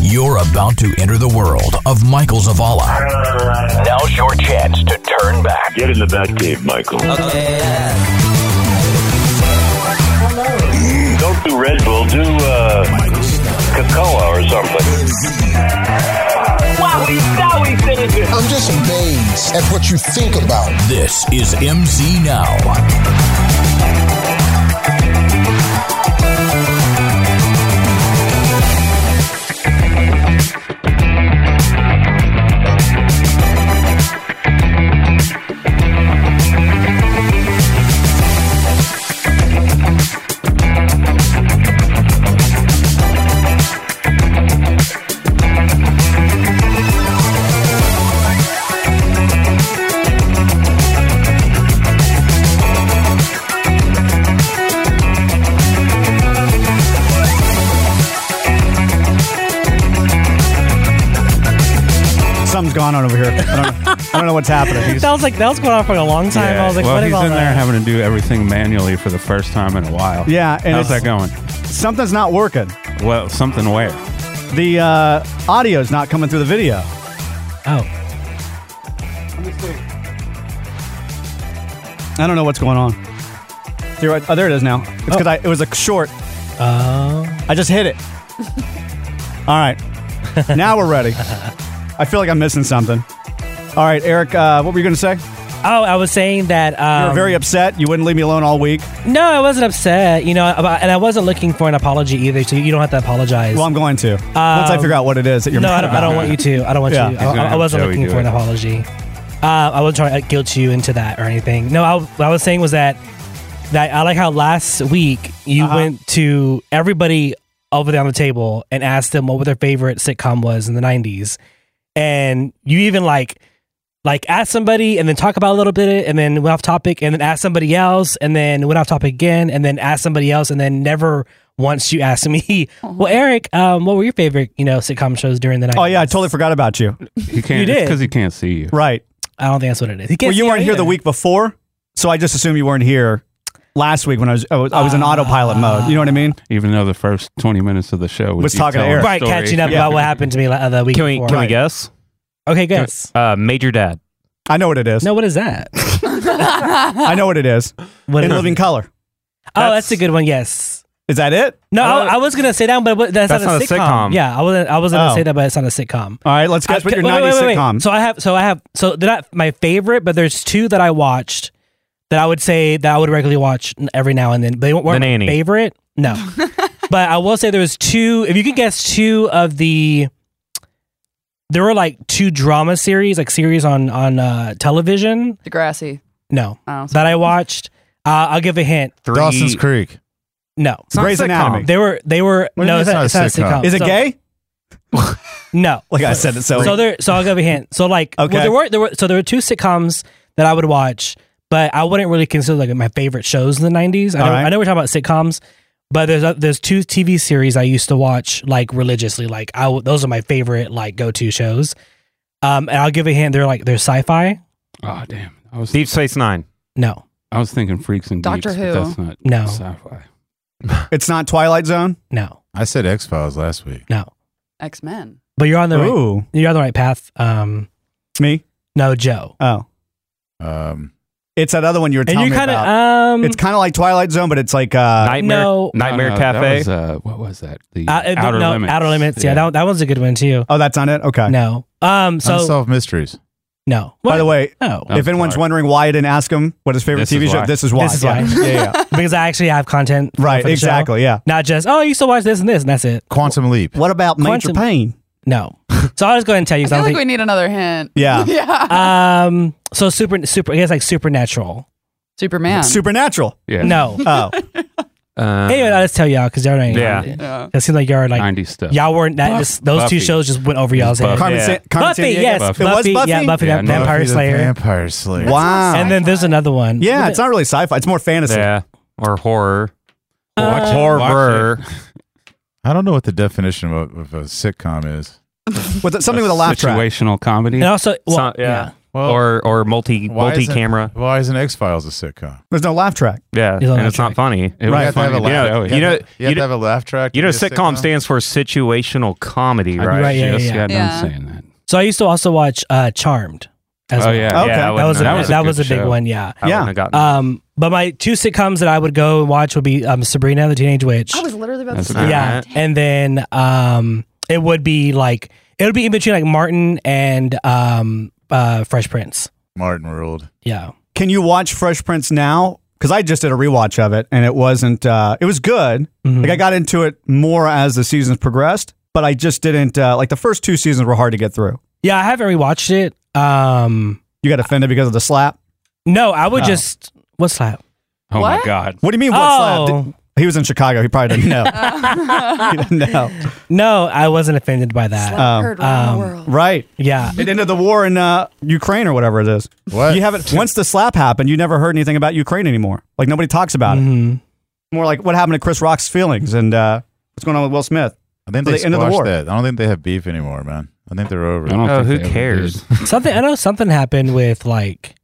You're about to enter the world of Michael Zavala. Now's your chance to turn back. Get in the bat cave, Michael. Don't do Red Bull, do uh, cocoa or something. I'm just amazed at what you think about. This is MC Now. Something's gone on over here. I don't know, I don't know what's happening. He's- That was like that was going on for a long time. I was like, well, what is he's all in there that? having to do everything manually for the first time in a while. Yeah, and it's- how's that going? something's not working. Well, something where? The uh, audio's not coming through the video. oh, I don't know what's going on. Here, I- oh, there it is now. It's because I it was a short. oh, I just hit it. All right, now we're ready. I feel like I'm missing something. All right, Eric, uh, what were you going to say? oh! I was saying that. Um, You were very upset. You wouldn't leave me alone all week. No, I wasn't upset. You know, about, and I wasn't looking for an apology either. So you don't have to apologize. Um, Well, I'm going to once I figure out what it is that you're. no, mad I don't, I about. don't want you to. I don't want Yeah. you. He's I, gonna I- I have wasn't Joey looking do for an it. apology. Uh, I wasn't trying to guilt you into that or anything. No, I, what I was saying was that that I like how last week you Uh-huh. went to everybody over there on the table and asked them what their favorite sitcom was in the '90s, and you even like like ask somebody and then talk about a little bit and then went off topic and then ask somebody else and then went off topic again and then ask somebody else and then never once you asked me well eric um, what were your favorite you know sitcom shows during the night Oh yeah, I totally forgot about you. He can't. You did. because he can't see you. Right. i don't think that's what it is He can't Well, you see weren't here the either. week before, so I just assume you weren't here last week when I was oh, I was, I was in autopilot mode. You know what I mean? Even though the first twenty minutes of the show was Was you talking to telling Eric. right stories. catching up about what happened to me la- uh, the week Can we before. can we Right. guess? okay guess Uh, Major Dad. I know what it is. no what is that I know what it is. Ah. What in is- living color. oh That's- that's a good one yes Is that it? no, Uh, I, I was gonna say that, but that's, that's not, a, sitcom. Yeah, I wasn't. I was gonna Oh. say that, but it's not a sitcom. All right, let's guess I- what your wait, wait, '90s wait, wait. sitcom. So I have, so I have, so they're not my favorite, but there's two that I watched that I would say that I would regularly watch n- every now and then. They weren't The my Nanny. favorite, no. but I will say there was two. If you could guess two of the, there were like two drama series, like series on on uh, television. Degrassi. No, Oh, that I watched. Uh, I'll give a hint. Three. Dawson's Creek. No, It's not Grey's a sitcom. Anatomy. they were they were What do no. you mean It's not, it's not a sitcom. is it So- gay? No. Like I said, it so. So there, so I'll give a hint. So like, Okay. well, there were there were so there were two sitcoms that I would watch, but I wouldn't really consider like my favorite shows in the '90s. I know, All right. I know we're talking about sitcoms, but there's a, there's two TV series I used to watch like religiously. Like I w- those are my favorite like go to shows. Um, and I'll give a hint. They're like they're sci-fi. Oh damn! I was Deep Space Nine. No, I was thinking Freaks and Doctor Geeks, Who. But that's not No. sci-fi. it's not Twilight Zone. no, I said X Files last week. no. X Men. But you're on the right, Ooh, you're on the right path. Um, me. no, Joe. Oh, Um, it's that other one you were And telling you me kind of about. um, it's kind of like Twilight Zone, but it's like uh, Nightmare. no. Nightmare No, no, that Cafe. was, uh, what was that? The uh, it- Outer no, Limits. Outer Limits. Yeah, That, that one's a good one too. oh, that's on it. Okay. No. Um. So Unsolved Mysteries. no. By the way, no. That if was anyone's dark. wondering why I didn't ask him what his favorite This TV is show, why. this is why. This is yeah. why. yeah, yeah. because I actually have content. right. for the show. Exactly. Yeah. Not just oh, you used to watch this and this, and that's it. Quantum Leap. What about Major Quantum- Pain? No. so I'll just go ahead and tell I you. 'cause feel I like don't we need another hint. Yeah. Uh, yeah. think- um. So super, super. I guess like supernatural. Superman. Supernatural. Yeah. No. Oh, Uh, anyway, I'll just tell y'all because y'all ain't. Yeah. yeah. It seems like y'all are like 90s stuff. y'all weren't that. Just, those Buffy. two shows just went over y'all's head. Buffy. Carmen. Yeah. San- Carmen Buffy, Sandiego? yes, Buffy. It was Buffy. yeah, Buffy, Yeah, the no, Vampire Buffy the Slayer, Vampire Slayer. Wow. and then there's another one. yeah, What it's not really sci-fi. It's more fantasy. Yeah. Or horror. Watch it. horror. Watch Uh, I don't know what the definition of a, of a sitcom is. With something it. with a laugh track. Situational comedy. And also, well, Some- yeah. yeah. Well, or or multi why multi isn't- camera. Why isn't X Files a sitcom? There's no laugh track. Yeah, He's on and that it's not track. funny. It Right. You was have to have funny. a laugh. Yeah, track. you know- have to- you have you to have a laugh track. to You know, be a sitcom stands for situational comedy, I- right? Right, yeah, yes, yeah, yeah. yeah. I'm saying that. So I used to also watch uh, Charmed. As Oh well. yeah. Okay. Yeah, I that wouldn't was a, have- that was a, good big show. one. Yeah. I Yeah. wouldn't have gotten Um, but my two sitcoms that I would go and watch would be um, Sabrina the Teenage Witch. I was literally about That's to not- say. yeah, that. and then um, it would be like it would be in between like Martin and um, uh, Fresh Prince. Martin ruled. Yeah. Can you watch Fresh Prince now? Because I just did a rewatch of it, and it wasn't. Uh, it was good. Mhm. Like I got into it more as the seasons progressed, but I just didn't. Uh, like the first two seasons were hard to get through. Yeah, I haven't rewatched it. Um, You got offended because of the slap. no, I would Oh. just what's that? Oh my What? god. What do you mean? What slap? oh Did- He was in Chicago. He probably didn't know. he didn't know. no, I wasn't offended by that. Slap um, heard around um, the world. Right. Yeah, It ended the war in uh, Ukraine or whatever it is. What? You haven't. Once the slap happened, you never heard anything about Ukraine anymore. Like nobody talks about it. Mhm. More like what happened to Chris Rock's feelings and uh, what's going on with Will Smith. I think So they they ended the squashed war. that. I don't think they have beef anymore, man. I think they're over. I don't it. Oh, think who they ever cares? did. something I know something happened with like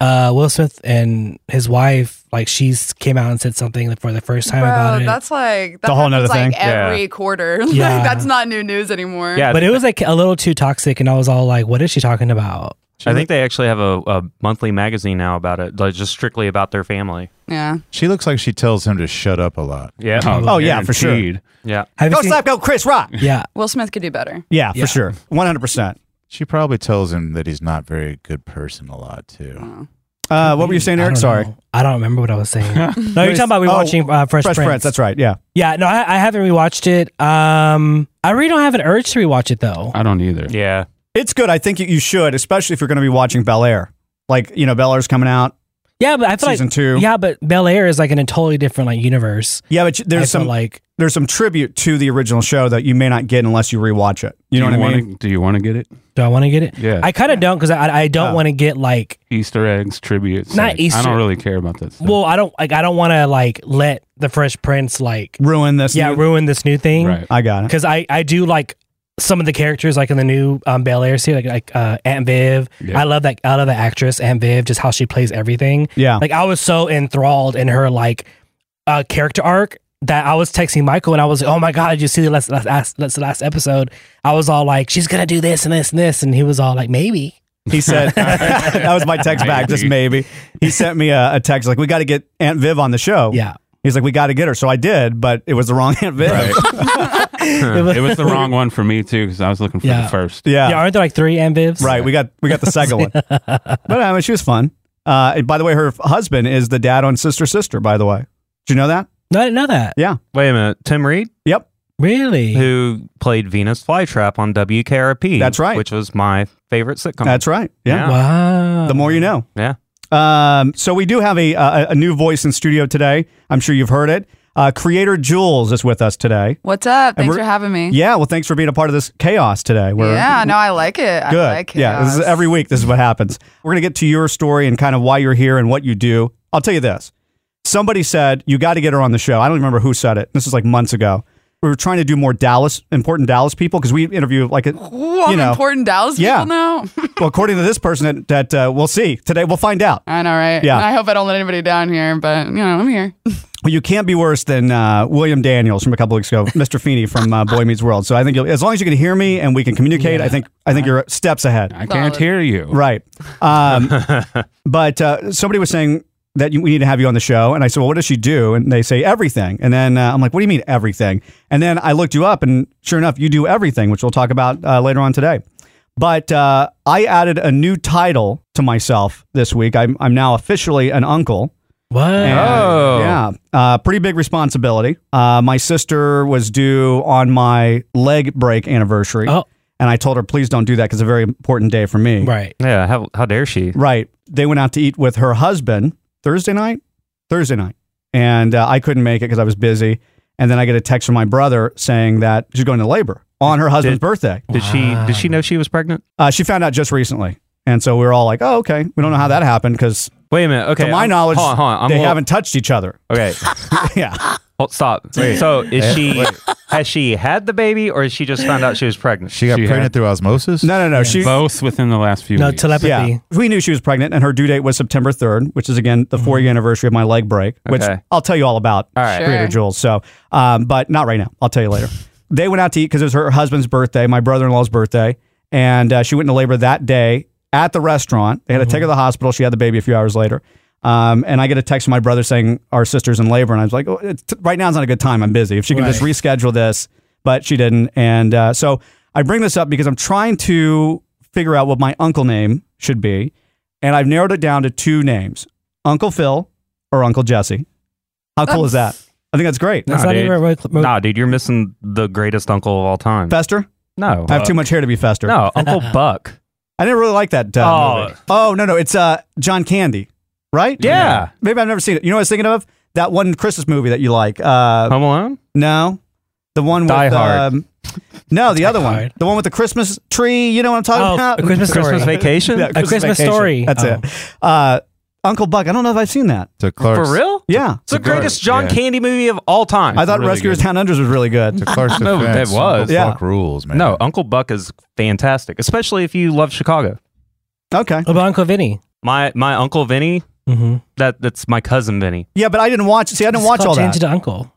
uh Will Smith and his wife. Like she's came out and said something for the first time about Bro, it. that's like a that whole happens, nother like thing. every quarter. Like, Yeah. that's not new news anymore. Yeah, but it was like a little too toxic, and I was all like, "What is she talking about?" I think they actually have a, a monthly magazine now about it, like just strictly about their family. Yeah. She looks like she tells him to shut up a lot. Yeah. Oh, yeah, for sure. guaranteed. Yeah. Have Go you seen? slap, go Chris Rock. Yeah, Will Smith could do better. Yeah, Yeah. for sure. 100%. She probably tells him that he's not very good person a lot too. Uh, what were you saying, I Eric? don't Sorry. know. I don't remember what I was saying. no, you're talking about we Oh, watching uh, Fresh, Fresh Prince. That's right. Yeah. Yeah, no, I, I haven't rewatched it. Um, I really don't have an urge to rewatch it though. I don't either. Yeah. It's good. I think you, you should, especially if you're going to be watching Bel Air. Like, you know, Bel Air's coming out Yeah, but I feel season like two. yeah, but Bel Air is like in a totally different like universe. Yeah, but you- I there's feel some like there's some tribute to the original show that you may not get unless you rewatch it. You know do what I wanna, mean? Do you want to get it? do I want to get it? Yeah. I kind of don't because I I don't Oh. want to get like Easter eggs, tributes. Not like, I Easter- don't really care about that. Stuff. well I don't like I don't want to like let the Fresh Prince like Ruin this. yeah new- ruin this new thing right. I got it. because I I do like some of the characters like in the new um, Bel Air series like, like uh, Aunt Viv. Yeah. I love that I love that actress Aunt Viv just how she plays everything. Yeah. Like I was so enthralled in her like uh, character arc that I was texting Michael and I was like, "Oh my god, did you see the last last, last last last episode?" I was all like, "She's gonna do this and this and this," and he was all like, "Maybe." He said that was my text back, just maybe. He sent me a, a text like, "We got to get Aunt Viv on the show." Yeah, He's like, "We got to get her." So I did, but it was the wrong Aunt Viv. it was the wrong one for me too because I was looking for Yeah. the first. yeah. Aren't there like three Aunt Vivs? Right. We got we got the second one. But I mean, she was fun. Uh, and by the way, her f- husband is the dad on Sister Sister. By the way, did you know that? No, I didn't know that. Wait a minute. Tim Reed, Yep. Really? who played Venus Flytrap on WKRP. That's right. Which was my favorite sitcom. That's right. Yeah. Wow. The more you know. Yeah. Um, so we do have a, a a new voice in studio today. I'm sure you've heard it. Uh, creator Jules is with us today. What's up? Thanks we're- for having me. Yeah. Well, thanks for being a part of this chaos today. We're- yeah, no, I like it. Good. I like yeah, this is chaos. every week. This is what happens. We're gonna get to your story and kind of why you're here and what you do. I'll tell you this. Somebody said you got to get her on the show. I don't remember who said it. This is like months ago. We were trying to do more Dallas important Dallas people because we interview like a, Ooh, I'm you know. important Dallas Yeah. people now. well according to this person that, that uh, we'll see today. We'll find out. I know, right? Yeah. I hope I don't let anybody down here, but you know, I'm here. Well, you can't be worse than uh, William Daniels from a couple weeks ago, Mr. Feeney from uh, Boy Meets World. So I think you'll, as long as you can hear me and we can communicate, I think I think you're steps ahead. I can't Solid. hear you. Right. Um, but uh, somebody was saying that you, we need to have you on the show. And I said, well, what does she do? And they say everything. And then uh, I'm like, what do you mean everything? And then I looked you up and sure enough, you do everything, which we'll talk about uh, later on today. But uh, I added a new title to myself this week. I'm, I'm now officially an uncle. what? And, Oh. Yeah. Uh, pretty big responsibility. Uh, my sister was due on my leg break anniversary. Oh. And I told her, please don't do that because it's a very important day for me. Right. Yeah. How, how dare she? Right. They went out to eat with her husband Thursday night. Thursday night. And uh, I couldn't make it because I was busy. And then I get a text from my brother saying that she's going to labor on her husband's Did- birthday. Did she did she know she was pregnant? Uh, she found out just recently. And so we were all like, oh, okay. We don't know how that happened because, Wait a minute. Okay. to my I'm- knowledge, hold on, hold on. I'm they a little- haven't touched each other. Okay. yeah. Hold, stop. So is she has she had the baby or is she just found out she was pregnant? She got She pregnant had- through osmosis. No, no, no. She Both within the last few No weeks. telepathy. Yeah. We knew she was pregnant, and her due date was September 3rd, which is again the four year anniversary of my leg break, which Mm-hmm. Okay. I'll tell you all about All right. later, Sure. Jules. So, um, but not right now. I'll tell you later. they went out to eat because it was her husband's birthday, my brother in law's birthday, and uh, she went into labor that day at the restaurant. They had to take her to the hospital. She had the baby a few hours later. Um, and I get a text from my brother saying our sister's in labor, and I was like, oh, it's, right now's not a good time. I'm busy. If she can just reschedule this, but she didn't. And uh, so I bring this up because I'm trying to figure out what my uncle name should be, and I've narrowed it down to two names: Uncle Phil or Uncle Jesse. How cool is that? I think that's great. That's not dude. even right. right- Nah, dude, you're missing the greatest uncle of all time. Fester. no, I have too much hair to be Fester. no, Uncle Buck. I didn't really like that. Uh, Oh. movie. oh no, no, it's uh, John Candy, right? Yeah. Maybe I've never seen it. You know what I was thinking of? That one Christmas movie that you like. Uh, Home Alone. no, the one with Die Hard. Um, no, the other one, Hard. the one with the Christmas tree. You know what I'm talking Oh, about? A Christmas Story. Christmas Vacation. Yeah, Christmas Story. That's Oh. it. Uh, Uncle Buck. I don't know if I've seen that. To Clark's, For real? Yeah, It's the It's a greatest great- John yeah. Candy movie of all time. I thought really Rescuers good. Down Under was really good. To Clark's No, defense, it was. Uncle Yeah. Clark rules, man. no, Uncle Buck is fantastic, especially if you love Chicago. Okay. What about Uncle Vinny? My my uncle Vinny, Mm-hmm. that that's my cousin Vinny. Yeah, but I didn't watch. See, I didn't watch all that. Change it to Uncle.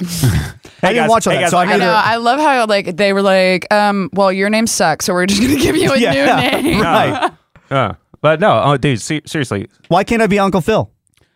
I didn't guys, watch all hey guys, that, so I I gotta. know. I love how like they were like, um, well, your name sucks, so we're just gonna give you a Yeah, new name. Right. Uh, but no, oh, dude, se- seriously, Why can't I be Uncle Phil?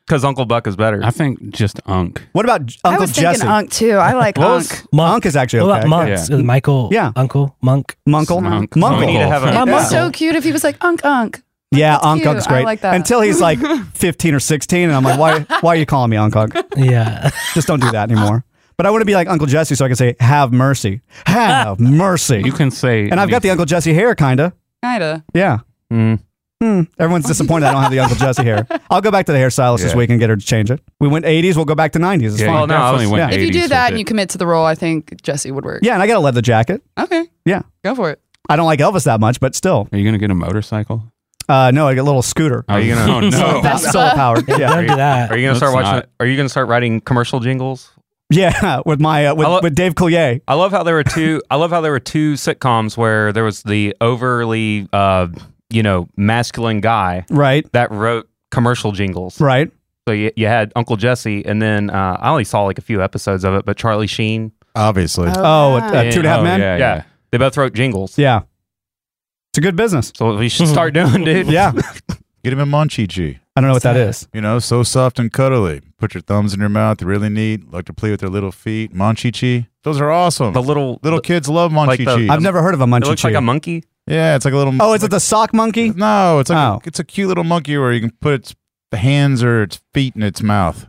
because Uncle Buck is better. I think just Unk. What about J- I Uncle was Jesse? thinking Unk too. I like What Unk. was- Monk is actually What okay. about monks? Yeah. Uh, Michael. Yeah. Uncle Monk. Munkle. Monk. Munkle. We need to have a- Yeah, It'd be Munkle. so cute if he was like Unk Unk. yeah, That's Unc cute. Unc's great. I like that. Until he's like 15 or 16, and I'm like, why, why are you calling me Unc Unc? Yeah. Just don't do that anymore. But I want to be like Uncle Jesse so I can say, have mercy. Have mercy. You can say. and I've got the Uncle Jesse hair, kind of. Kinda. Yeah. Mm. Hmm. Everyone's disappointed I don't have the Uncle Jesse hair. I'll go back to the hairstylist this Yeah. week and get her to change it. We went 80s, we'll go back to 90s. It's Yeah, fine. Well, well, no, I was- went yeah. If you 80s do with that and it. you commit to the role, I think Jesse would work. Yeah, and I got a leather jacket. Okay. Yeah. Go for it. I don't like Elvis that much, but still. Are you going to get a motorcycle? Uh, no, I got a little scooter. Are you going to? Oh, no. Solar powered. Yeah. Don't do that. Are you gonna start Let's watching? not. Are you gonna start writing commercial jingles? Yeah, with my uh, with, I lo- with Dave Coulier. I love how there were two. I love how there were two sitcoms where there was the overly, uh, you know, masculine guy Right, that wrote commercial jingles. right. So you, you had Uncle Jesse, and then uh, I only saw like a few episodes of it, but Charlie Sheen. Obviously. Oh, uh, Yeah, two and a half Oh, men. Yeah. Yeah, yeah. they both wrote jingles. it's a good business. So we should start doing, dude. Yeah, Get him a munchie G. I don't know what that is. You know, so soft and cuddly. Put your thumbs in your mouth. They're really neat. Like to play with their little feet. Munchie Those are awesome. The little little kids love munchie the- I've never heard of a It munchie looks chew. like a monkey. yeah, it's like a little. oh, is it the sock monkey? No, it's like Oh. a, it's a cute little monkey where you can put its hands or its feet in its mouth.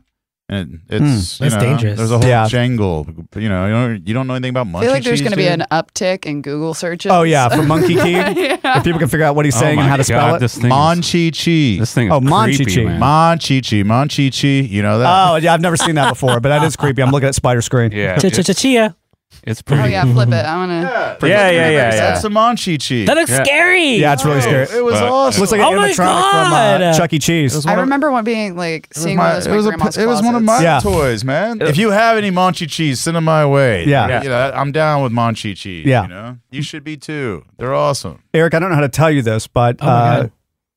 And it- it's you That's know, dangerous. There's a whole Hmm, Yeah. jangle. You know, you don't, you don't know anything about munchie I feel like there's going to be an uptick in Google searches. Oh yeah, for monkey key. yeah. If people can figure out what he's Oh saying my and how to spell God, it. This thing, is, Monchichi. this thing is Oh, Monchichi. creepy, man. Monchichi. Monchichi. You know that? oh yeah, I've never seen that before, but that is creepy. I'm looking at spider screen. Yeah, Ch- ch- it's, ch- Chia. it's pretty. Oh yeah, flip it. I wanna Yeah, yeah, yeah, yeah. That's a Monchichi. That looks Yeah. scary. Yeah, it's really scary. Oh. It was But- awesome. Looks like an Oh my animatronic from uh, God. Chuck E. Cheese. It was I one of- remember one being like it was seeing my- one of those it was, my a- grandma's it was one of my Yeah. toys, man. Yeah. If you have any Monchichi, send them my way. Yeah. You know, I'm down with Monchichi. Yeah. You know, you should be too. They're awesome. Eric, I don't know how to tell you this, but Oh my uh, God.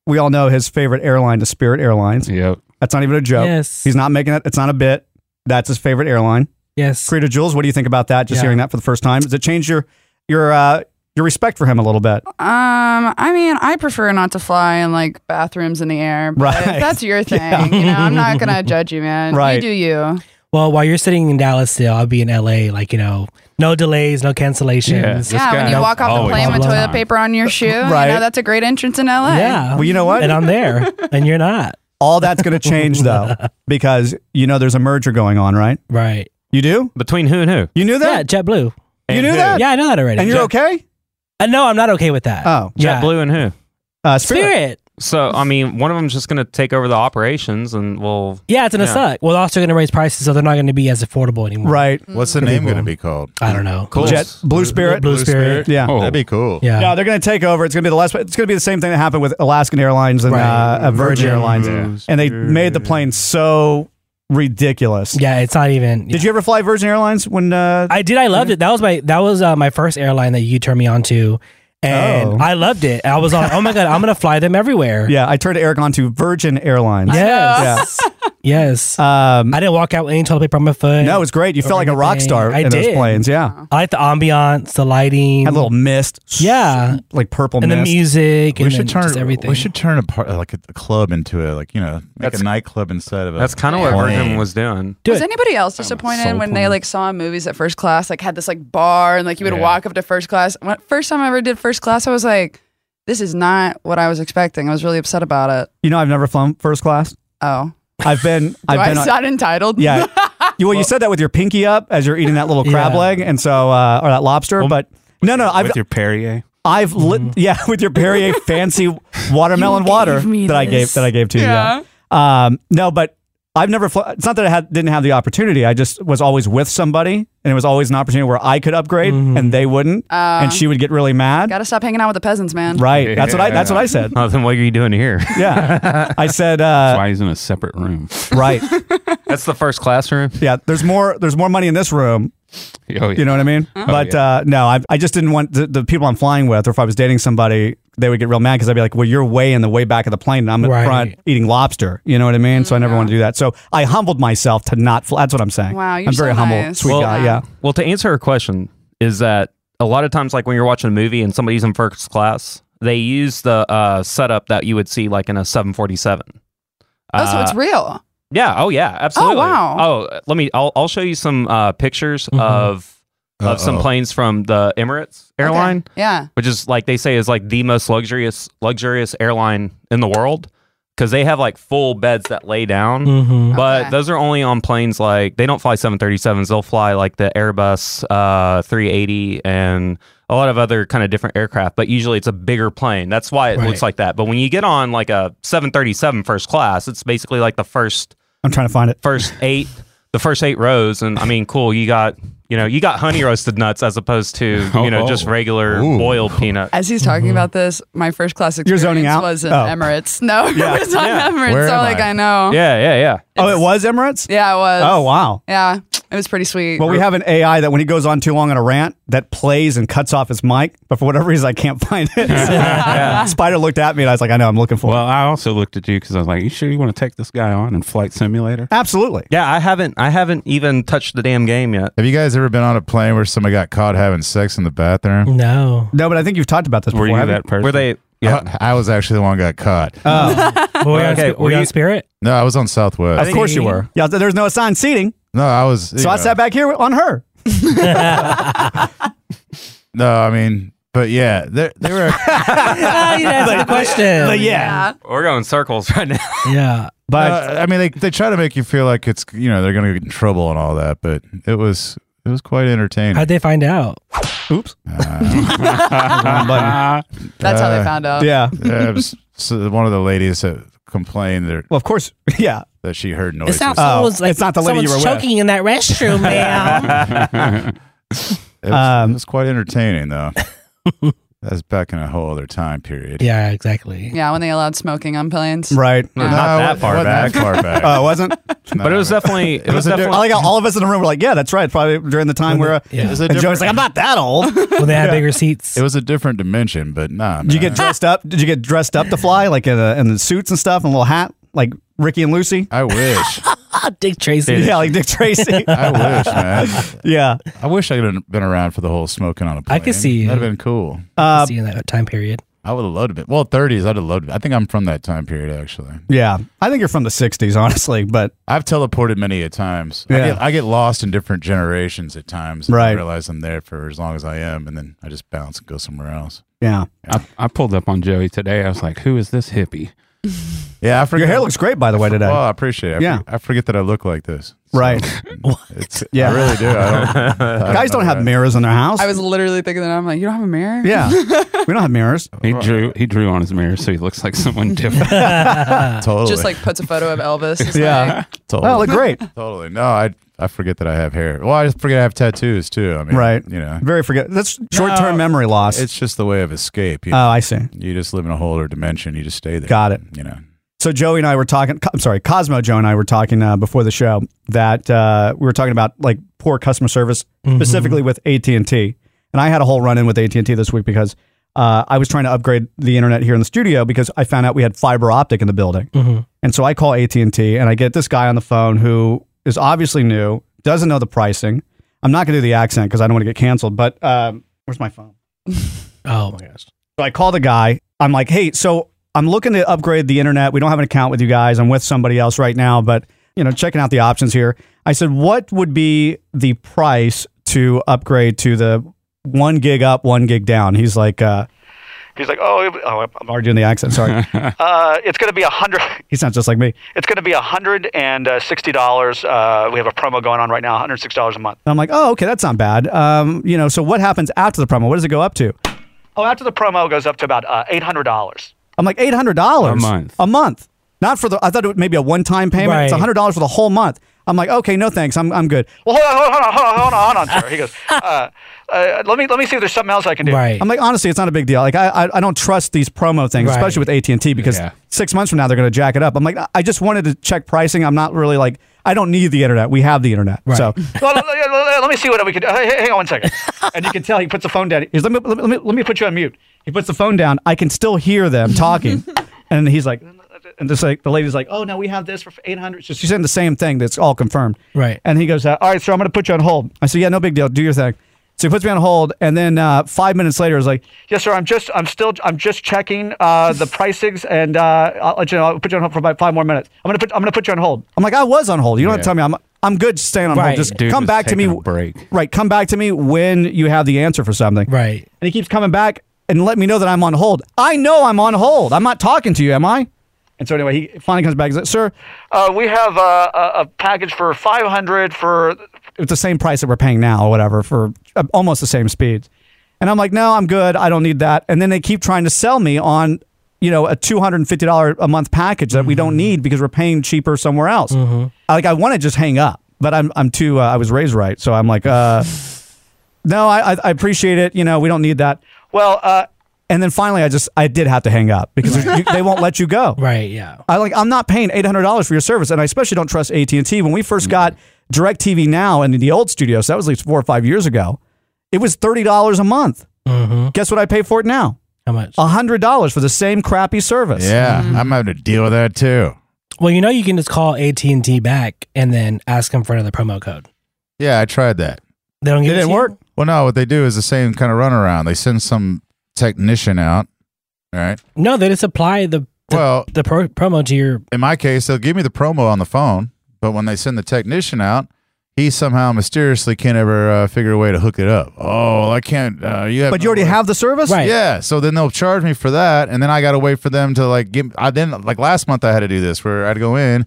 we all know his favorite airline is Spirit Airlines. Yep. That's not even a joke. Yes. He's not making it. It's not a bit. That's his favorite airline. yes. Creator Jules, what do you think about that? Just Yeah. hearing that for the first time, does it change your your uh, your respect for him a little bit? Um, I mean, I prefer not to fly in like bathrooms in the air. But Right. if That's your thing. You know, I'm not gonna judge you, man. Right. You do you. Well, while you're sitting in Dallas still, I'll be in LA. Like, you know, no delays, no cancellations. This yeah. When guy you walk off the always plane with on toilet time. paper on your shoe, Right. you know, that's a great entrance in LA. Yeah. Well, you know what? And I'm there, and you're not. All that's going to change though, because you know there's a merger going on, right? Right. You do? Between who and who? You knew Yeah, that? JetBlue. you knew that? Yeah, I know that already. And you're Jet- okay? Uh, no, I'm not okay with that. Oh. yeah. JetBlue and who? Uh, Spirit. Spirit. So I mean, one of them's just gonna take over the operations, and we'll. Yeah, it's gonna Yeah. suck. Well, they're also gonna raise prices, so they're not gonna be as affordable anymore. Right. Mm. What's the name going to be called? I don't know. Cool. Jet Blue Spirit. Blue Spirit. Yeah. Oh. That'd be cool. Yeah. No, they're going to take over. It's going to be the last. It's going to be the same thing that happened with Alaskan Airlines and Right. uh, Virgin Airlines, and they made the plane so ridiculous. Yeah, it's not even. Did you ever fly Virgin Airlines when? Uh, I did. I loved it. That was my that was uh, my first airline that you turned me on to, and Oh. I loved it. I was like, oh my god, I'm gonna fly them everywhere. yeah, I turned Eric on to Virgin Airlines. Yes. yes. Um, I didn't walk out with any toilet paper on my foot. no, it was great. You felt like a rock anything. star I in those did. planes. Yeah, I like the ambiance, the lighting, had a little mist. yeah, like purple and the mist. music, We and should then turn just everything. We should turn a part like a, a club into a like you know like That's- a nightclub instead of a. That's kind of what plane. Virgin was doing. do was it. anybody else disappointed soul when they plane. like saw movies at first class, like had this like bar and like you would Yeah. walk up to first class? When, first time I ever did first class, I was like, this is not what I was expecting. I was really upset about it. You know, I've never flown first class. Oh, I've been. do I've I been. on- sound entitled? yeah. You, well, you said that with your pinky up as you're eating that little crab Yeah. leg, and so uh, or that lobster. but no, no, I've with your Perrier. Mm-hmm. I've lit, yeah, with your Perrier fancy watermelon You water gave me that I gave this. that I gave to you. Yeah. Um, no, but I've never. Fl- it's not that I had, didn't have the opportunity. I just was always with somebody, and it was always an opportunity where I could upgrade Mm-hmm. and they wouldn't, Um, and she would get really mad. Gotta stop hanging out with the peasants, man. Right. That's what I. That's what I said. Oh, then what are you doing here? Yeah. I said. That's Uh, why he's in a separate room. right. That's the first classroom. Yeah. There's more. There's more money in this room. Oh, yeah. You know what I mean? but uh, no, I, I just didn't want the, the people I'm flying with, or if I was dating somebody, they would get real mad because I'd be like, well, you're way in the way back of the plane and I'm in Right. front eating lobster. You know what I mean? So I never want to do that. So I humbled myself to not fly. That's what I'm saying. Mm-hmm. Wow, you're I'm very so humble, nice. sweet Well- guy. Yeah. Well, to answer her question, is that a lot of times, like when you're watching a movie and somebody's in first class, they use the uh, setup that you would see like in a 747. Oh, so it's Uh, real. yeah. Oh, yeah. Absolutely. wow. Oh, let me. I'll, I'll show you some uh, pictures Mm-hmm. of of some Uh-oh. planes from the Emirates Okay. airline, Yeah. which is like they say is like the most luxurious luxurious airline in the world because they have like full beds that lay down. Mm-hmm. Mhm. But Okay. those are only on planes like they don't fly 737s. They'll fly like the Airbus uh, 380 and a lot of other kind of different aircraft. But usually it's a bigger plane. That's why it Right. looks like that. But when you get on like a 737 first class, it's basically like the first I'm trying to find it. first eight the first eight rows. And I mean, cool, you got you know you got honey roasted nuts as opposed to you know just Oh. regular Ooh. boiled peanut. As he's talking about this, my first class Mm-hmm. You're experience zoning out? was in Oh. Emirates. No, it was not Yeah. Emirates. Where so am like I? I, know. Yeah, yeah, yeah. Oh, it was Emirates? Yeah, it was. Oh, wow. Yeah, it was pretty sweet. Well, we have an AI that when he goes on too long on a rant, that plays and cuts off his mic. But for whatever reason, I can't find it. Spider looked at me and I was like, I know, I'm looking for it. Well, I also looked at you because I was like, "You sure you want to take this guy on in Flight Simulator?" Absolutely. Yeah, I haven't I haven't even touched the damn game yet. Have you guys ever been on a plane where somebody got caught having sex in the bathroom? No. No, but I think you've talked about this Were before. you haven't that person? Were they Uh, I, I was actually the one who got caught. Oh. Were we on, Okay, sp- were we were on you- Spirit? no, I was on Southwest. Um, Of course you were. Yeah, there's no assigned seating. no, I was. So I sat back here on her. No, I mean, but yeah, there, there were. Ah, you didn't answer the question. But yeah. yeah. We're going circles right now. Yeah. But uh, I mean, they they try to make you feel like it's you know they're going to get in trouble and all that, but it was it was quite entertaining. How'd they find out? Oops. Wrong button. That's how they found out. Yeah. Uh, Yeah, it was- so one of the ladies that complained that, Well, of course. Yeah. that she heard noises. someone's like- Oh, it's not the lady you someone's were with. choking in that restroom, ma'am. it, was, um, it was quite entertaining though. That's back in a whole other time period. yeah, exactly. Yeah, when they allowed smoking on planes. Right. No, not that far back. That far back. Oh, it wasn't. But it was definitely it was was a di- I definitely like how all of us in the room were like, "Yeah, that's right." Probably during the time where, uh, Yeah. It was a and Joey's different- like, "I'm not that old." Did When they had bigger seats. It was a different dimension, but nah. you man. Uh-huh. get dressed up? Did you get dressed up to fly, like in, a, in the suits and stuff, and a little hat, like Ricky and Lucy? I wish. Ah, Dick Tracy. Yeah, like Dick Tracy. I wish, man. yeah. I wish I could have been around for the whole smoking on a plane. I could see you. That'd have been cool. Uh, See in that time period. I would have loved it. Well, 30s, I'd have loved it. I think I'm from that time period, actually. yeah. I think you're from the '60s, honestly, but I've teleported many a times. I, Yeah. get, I get lost in different generations at times. and Right. I realize I'm there for as long as I am, and then I just bounce and go somewhere else. yeah. I, I pulled up on Joey today. I was like, "Who is this hippie?" Yeah, I forget. Your hair looks great, by the way, Oh, today. I appreciate it. I Yeah. for- I forget that I look like this. Right. It's, Yeah. I really do. I don't, I Guys don't know have that. mirrors in their house. I was literally thinking that I'm like, you don't have a mirror? yeah. we don't have mirrors. He drew. He drew on his mirror, so he looks like someone different. Totally. Just like puts a photo of Elvis. It's Yeah. like- totally. Oh, look great. Totally. No, I I forget that I have hair. Well, I just forget I have tattoos too. I mean, Right. You know, Very forget. That's short-term memory loss. it's just the way of escape. You, oh, I see. you just live in a whole other dimension. You just stay there. Got it. You know, So Joey and I were talking. I'm sorry, Cosmo Joe and I were talking uh, before the show that uh, we were talking about like poor customer service, specifically with AT and T. And I had a whole run in with AT and T this week because uh, I was trying to upgrade the internet here in the studio because I found out we had fiber optic in the building. And so I call AT and T and I get this guy on the phone who is obviously new, doesn't know the pricing. I'm not going to do the accent because I don't want to get canceled. But um, where's my phone? Oh my gosh. So I call the guy. I'm like, hey, so I'm looking to upgrade the internet. We don't have an account with you guys. I'm with somebody else right now, but you know, checking out the options here. I said, what would be the price to upgrade to the one gig up, one gig down? He's like, uh, He's like, oh, it- oh I'm already doing the accent. Sorry, uh, it's going to be a hundred. he sounds just like me. It's going to be a hundred and sixty dollars. Uh, we have a promo going on right now, one hundred six dollars a month. And I'm like, oh, okay, that's not bad. Um, you know, so what happens after the promo? What does it go up to? Oh, after the promo goes up to about uh, eight hundred dollars. I'm like eight hundred dollars A month. A month. Not for the. I thought it would maybe a one-time payment. It's Right. hundred dollars for the whole month. I'm like, okay, no thanks. I'm I'm good. Well, hold on, hold on, hold on, hold on, hold on, sir. He goes, uh, uh, let me let me see if there's something else I can do. Right. I'm like, honestly, it's not a big deal. Like, I I, I don't trust these promo things, Right. especially with AT and T, because Yeah. six months from now they're going to jack it up. I'm like, I just wanted to check pricing. I'm not really like, I don't need the internet. We have the internet. So well, let, let- let me see what we can do. Hey, hang on one second. and you can tell he puts the phone down. He's let me, let me let me put you on mute. He puts the phone down. I can still hear them talking, and he's like, and just like the lady's like, oh no, we have this for eight hundred. So she said the same thing that's all confirmed. Right. And he goes, uh, all right, sir, I'm going to put you on hold. I said, yeah, no big deal. Do your thing. So he puts me on hold, and then uh, five minutes later, is like, Yes, sir. I'm just, I'm still, I'm just checking uh, the pricings, and uh, I'll let you know. I'll put you on hold for about five more minutes. I'm gonna put, I'm gonna put you on hold. I'm like, I was on hold. You don't have to tell me. I'm I'm good staying on hold. Right. Just Dude come was back to me. taking a break. Right. Come back to me when you have the answer for something. Right. And he keeps coming back and let me know that I'm on hold. I know I'm on hold. I'm not talking to you, am I? And so anyway, he finally comes back. and says, Sir, Uh, we have uh, a, a package for 500 for. it's the same price that we're paying now or whatever for uh, almost the same speeds. And I'm like, no, I'm good. I don't need that. And then they keep trying to sell me on, you know, a $250 a month package that we Mm-hmm. don't need because we're paying cheaper somewhere else. I, like I want to just hang up, but I'm, I'm too, uh, I was raised right. So I'm like, uh, no, I, I- I appreciate it. You know, we don't need that. Well, uh, And then finally, I just, I did have to hang up because you, they won't let you go. Right. Yeah. I like I'm not paying eight hundred dollars for your service, and I especially don't trust AT and T. When we Mm. first got DirecTV Now and the old studio, so that was at least four or five years ago, it was thirty dollars a month. Guess what I pay for it now? Mm-hmm. How much? Mm-hmm. hundred dollars for the same crappy service. Yeah, Mm. I'm having to deal with that too. Well, you know you can just call AT and T back and then ask them for another promo code. Yeah, I tried that. They don't give it didn't to you? work. Well, no, what they do is the same kind of runaround. They send some technician out. All right. No, they just apply the the, Well- the pro- promo to your In my case, they'll give me the promo on the phone, but when they send the technician out, he somehow mysteriously can't ever uh, figure a way to hook it up. Oh, I can't. Uh, you have But you already have the service. right. Yeah, so then they'll charge me for that, and then I got to wait for them to like give. I then like last month I had to do this where I'd go in,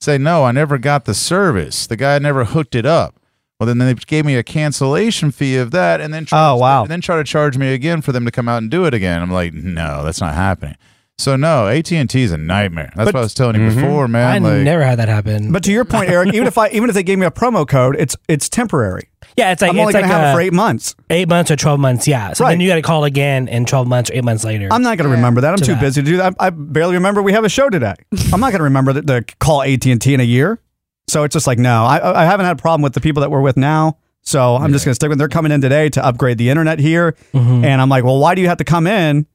say no, I never got the service. The guy never hooked it up. Well, then they gave me a cancellation fee of that, and then charged- Oh, wow. and then try to charge me again for them to come out and do it again. I'm like, no, that's not happening. So no, AT and T is a nightmare. That's what I was telling you Mm-hmm. before, Mm-hmm. I man. like, never had that happen. But to your point, Eric, even if I even if they gave me a promo code, it's it's temporary. yeah, it's like I'm it's only like gonna have it a- for eight months. eight months or 12 months. Yeah. So Right. then you got to call again in 12 months or eight months later. I'm not going to remember that. I'm too that. busy to do that. I, I barely remember we have a show today. I'm not going to remember the, the call AT and T in a year. So it's just like no, I, I haven't had a problem with the people that we're with now. So I'm just going to stick with. They're coming in today to upgrade the internet here, and I'm like, well, why do you have to come in?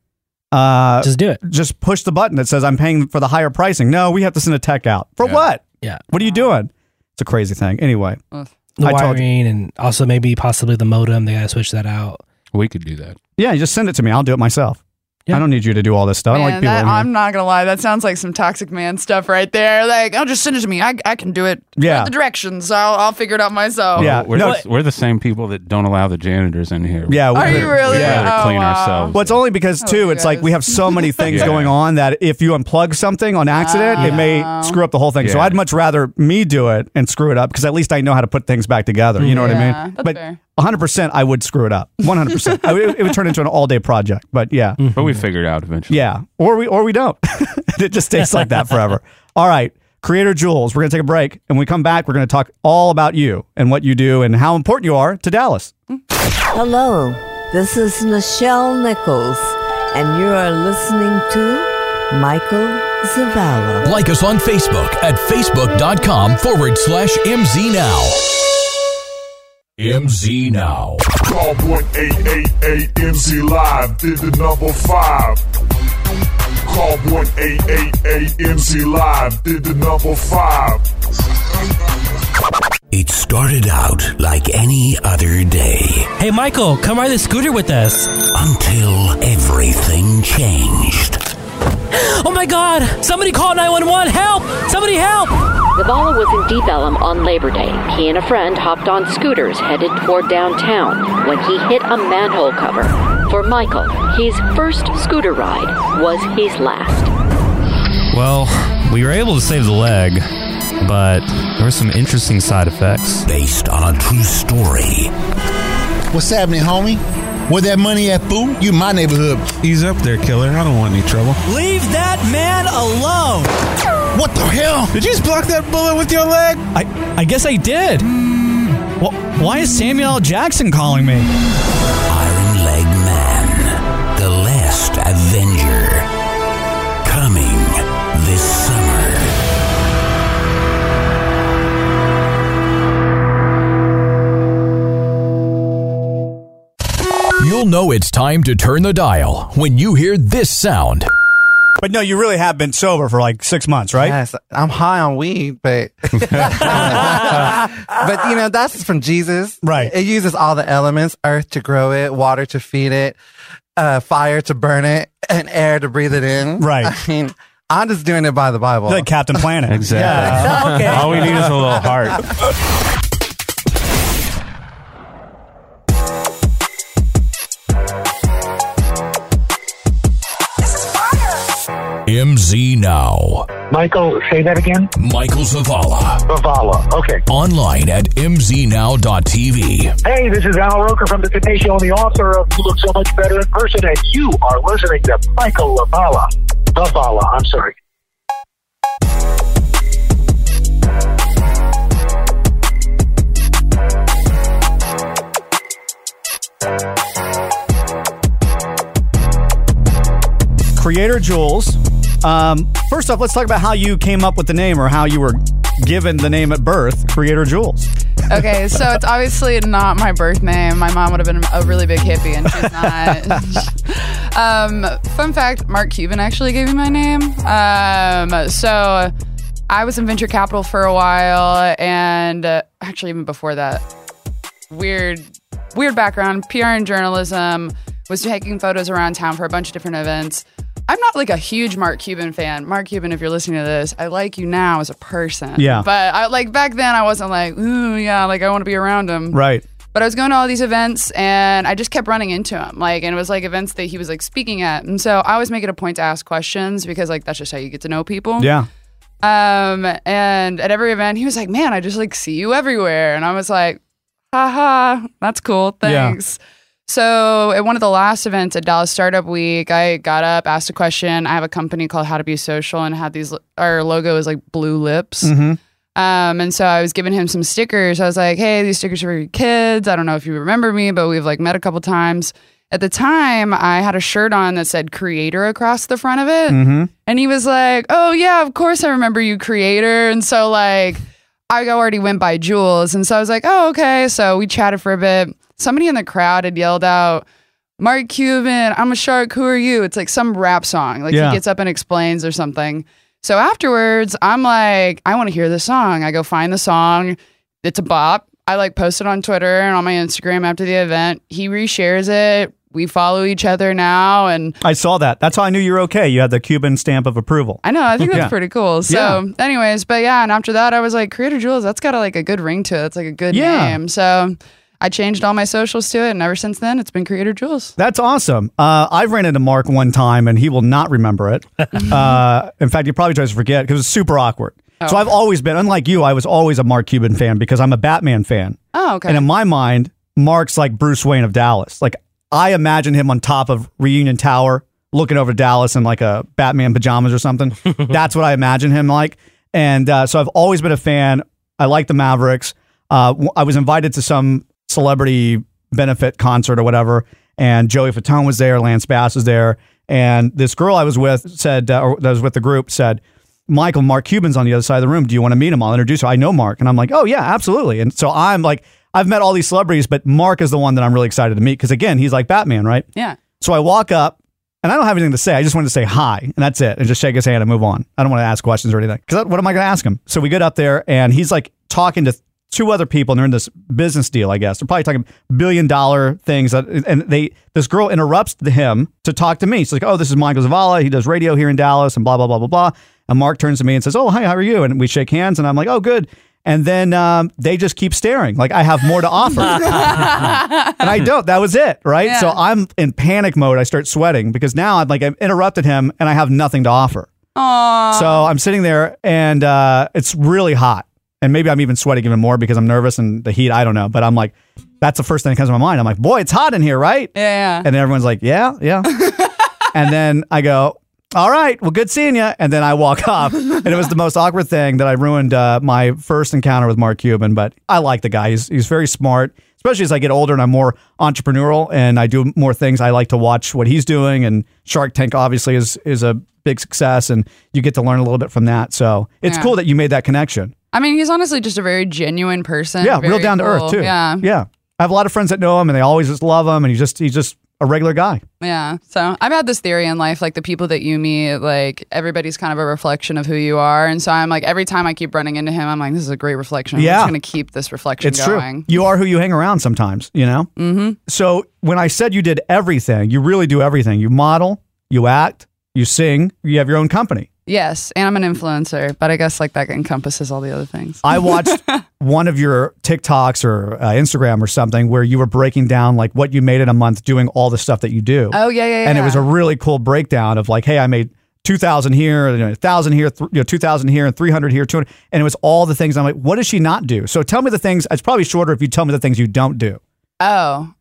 Uh, Mm-hmm. Just do it. just push the button that says I'm paying for the higher pricing. No, we have to send a tech out for what? Yeah. What are you doing? It's a crazy thing. Anyway, The I told- wiring and also maybe possibly the modem. They got to switch that out. We could do that. yeah, you just send it to me. I'll do it myself. Yeah. I don't need you to do all this stuff. I don't like Man, people. that, in here. I'm not gonna lie. That sounds like some toxic man stuff right there. Like, oh, just send it to me. I, I can do it. Yeah. Read the directions. I'll I'll figure it out myself. Yeah. Well, we're, No, the, we're the same people that don't allow the janitors in here. yeah, Are we- you really? We gotta Oh, clean wow. ourselves. Well, it's only because too, you it's like guys. we have so many things Yeah. going on that if you unplug something on accident, it may screw up the whole thing. So Yeah. I'd much rather me do it and screw it up because at least I know how to put things back together. You know what I Yeah, mean? that's but fair. 100%, I would screw it up. 100%. I, would- it, would turn into an all day project. But yeah, But we figured it out eventually. yeah, or we or we don't. it just stays like that forever. All right. Creator Jules, we're going to take a break. And when we come back, we're going to talk all about you and what you do and how important you are to Dallas. Hello, this is Nichelle Nichols, and you are listening to Michael Zavala. Like us on Facebook at facebook.com forward slash MZ Now. MZ Now. Call 1-888-MZ Live, then the number 5. Call 1-888-MZ Live, then the number 5. It started out like any other day Hey, Michael, come ride the scooter with us. until everything changed. Oh my God! Somebody call 911! Help! Somebody help! Zavala was in Deep Ellum on Labor Day. He and a friend hopped on scooters headed toward downtown when he hit a manhole cover. For Michael, his first scooter ride was his last. Well, we were able to save the leg, but there were some interesting side effects. Based on a true story. What's happening, homie? Where that money at, fool? You my neighborhood. He's up there, killer. I don't want any trouble. Leave that man alone! What the hell? Did you just block that bullet with your leg? I, I guess I did. Wh- why is Samuel L. Jackson calling me? Iron Leg Man, The Last Avenger. Coming this summer. You'll know it's time to turn the dial when you hear this sound. But no, you really have been sober for like six months, right? Yes, I'm high on weed, but but you know that's from Jesus, right? It uses all the elements: earth to grow it, water to feed it, uh, fire to burn it, and air to breathe it in. Right. I mean, I'm just doing it by the Bible. Like Captain Planet. Exactly. Yeah. Okay. All we need is a little heart. MZ Now. Michael, say that again. Michael Zavala. Zavala. Okay. Online at mznow.tv. Hey, this is Al Roker from The Today Show and the author of You Look So Much Better in Person, and you are listening to Michael Lavala. Lavala, I'm sorry. Creator Jules. Um, first off, let's talk about how you came up with the name or how you were given the name at birth, Creator Jules. Mm-hmm. Okay, so it's obviously not my birth name. My mom would have been a really big hippie, and she's not. um, fun fact: Mark Cuban actually gave me my name. Um, so I was in venture capital for a while, and uh, actually even before that, weird, weird background: PR and journalism. Was taking photos around town for a bunch of different events. I'm not like a huge Mark Cuban fan. Mark Cuban, if you're listening to this, I like you now as a person. Yeah. But I like back then, I wasn't like, ooh, yeah, like I want to be around him. Right. But I was going to all these events and I just kept running into him. Like, and it was like events that he was like speaking at. And so I always make it a point to ask questions because like that's just how you get to know people. Yeah. Um, and at every event, he was like, man, I just like see you everywhere. And I was like, haha, that's cool. Yeah. Thanks. So at one of the last events at Dallas Startup Week, I got up, asked a question. I have a company called How to Be Social and had these, our logo is like blue lips. Mm-hmm. Um, and so I was giving him some stickers. I was like, hey, these stickers are for your kids. I don't know if you remember me, but we've like met a couple times. At the time, I had a shirt on that said creator across the front of it. Mm-hmm. And he was like, oh, yeah, of course I remember you, creator. And so, like, I already went by Jules. And so I was like, oh, okay. So we chatted for a bit. Somebody in the crowd had yelled out, Mark Cuban, I'm a shark. Who are you? It's like some rap song. Like Yeah. he gets up and explains or something. So afterwards, I'm like, I want to hear this song. I go find the song. It's a bop. I like post it on Twitter and on my Instagram after the event. He reshares it. We follow each other now. And I saw that. That's how I knew you were okay. You had the Cuban stamp of approval. I know. I think that's Yeah. pretty cool. So, anyways, but yeah, and after that, I was like, Creator Jewels. That's got a, like a good ring to it. That's like a good Yeah. name. So, I changed all my socials to it, and ever since then, it's been Creator Jewels. That's awesome. Uh, I've ran into Mark one time and he will not remember it. uh, in fact, he probably tries to forget because it's super awkward. Oh. So I've always been, unlike you, I was always a Mark Cuban fan because I'm a Batman fan. Oh, okay. And in my mind, Mark's like Bruce Wayne of Dallas. Like I imagine him on top of Reunion Tower, looking over Dallas in like a Batman pajamas or something. That's what I imagine him like. And uh, so I've always been a fan. I like the Mavericks. Uh, w- I was invited to some celebrity benefit concert or whatever, and Joey Fatone was there, Lance Bass was there, And this girl I was with said, uh, or that was with the group said, Michael, Mark Cuban's on the other side of the room. Do you want to meet him? I'll introduce you. I know Mark. And I'm like, oh, yeah, absolutely. And so I'm like, I've met all these celebrities, but Mark is the one that I'm really excited to meet because, again, he's like Batman, right? Yeah. So I walk up and I don't have anything to say. I just wanted to say hi and that's it and just shake his hand and move on. I don't want to ask questions or anything because what am I going to ask him? So we get up there and he's like talking to two other people and they're in this business deal, I guess. They're probably talking billion dollar things. That, and they this girl interrupts him to talk to me. She's like, oh, this is Michael Zavala. He does radio here in Dallas and blah, blah, blah, blah, blah. And Mark turns to me and says, oh, hi, how are you? And we shake hands and I'm like, oh, good. And then um, they just keep staring. Like I have more to offer. and I don't. That was it, right? So I'm in panic mode. I start sweating because now I'm like I've interrupted him and I have nothing to offer. Aww. So I'm sitting there and uh, it's really hot, and maybe I'm even sweating even more because I'm nervous and the heat. I don't know, but I'm like, that's the first thing that comes to my mind. I'm like, boy, it's hot in here, right? Yeah. And everyone's like, yeah, yeah. and then I go. All right, well, good seeing you. And then I walk off, and it was the most awkward thing that I ruined uh, my first encounter with Mark Cuban. But I like the guy; he's he's very smart, especially as I get older and I'm more entrepreneurial and I do more things. I like to watch what he's doing, and Shark Tank obviously is is a big success, and you get to learn a little bit from that. So it's Yeah. cool that you made that connection. I mean, he's honestly just a very genuine person. yeah, real Very down to cool. earth too. Yeah. yeah. I have a lot of friends that know him, and they always just love him, and he's just he's just a regular guy. Yeah. So I've had this theory in life, like the people that you meet, like everybody's kind of a reflection of who you are. And so I'm like, every time I keep running into him, I'm like, this is a great reflection. I'm Yeah. just going to keep this reflection It's going. true. You are who you hang around sometimes, you know? Mm-hmm. So when I said you did everything, you really do everything. You model, you act, you sing, you have your own company. Yes. And I'm an influencer, but I guess like that encompasses all the other things. I watched one of your TikToks or uh, Instagram or something where you were breaking down like what you made in a month doing all the stuff that you do. Oh, yeah, yeah, And it yeah. was a really cool breakdown of like, hey, I made 2,000 here, you know, 1,000 here, th- you know, 2,000 here, and 300 here, 200. And it was all the things. I'm like, what does she not do? So tell me the things. It's probably shorter if you tell me the things you don't do. Oh.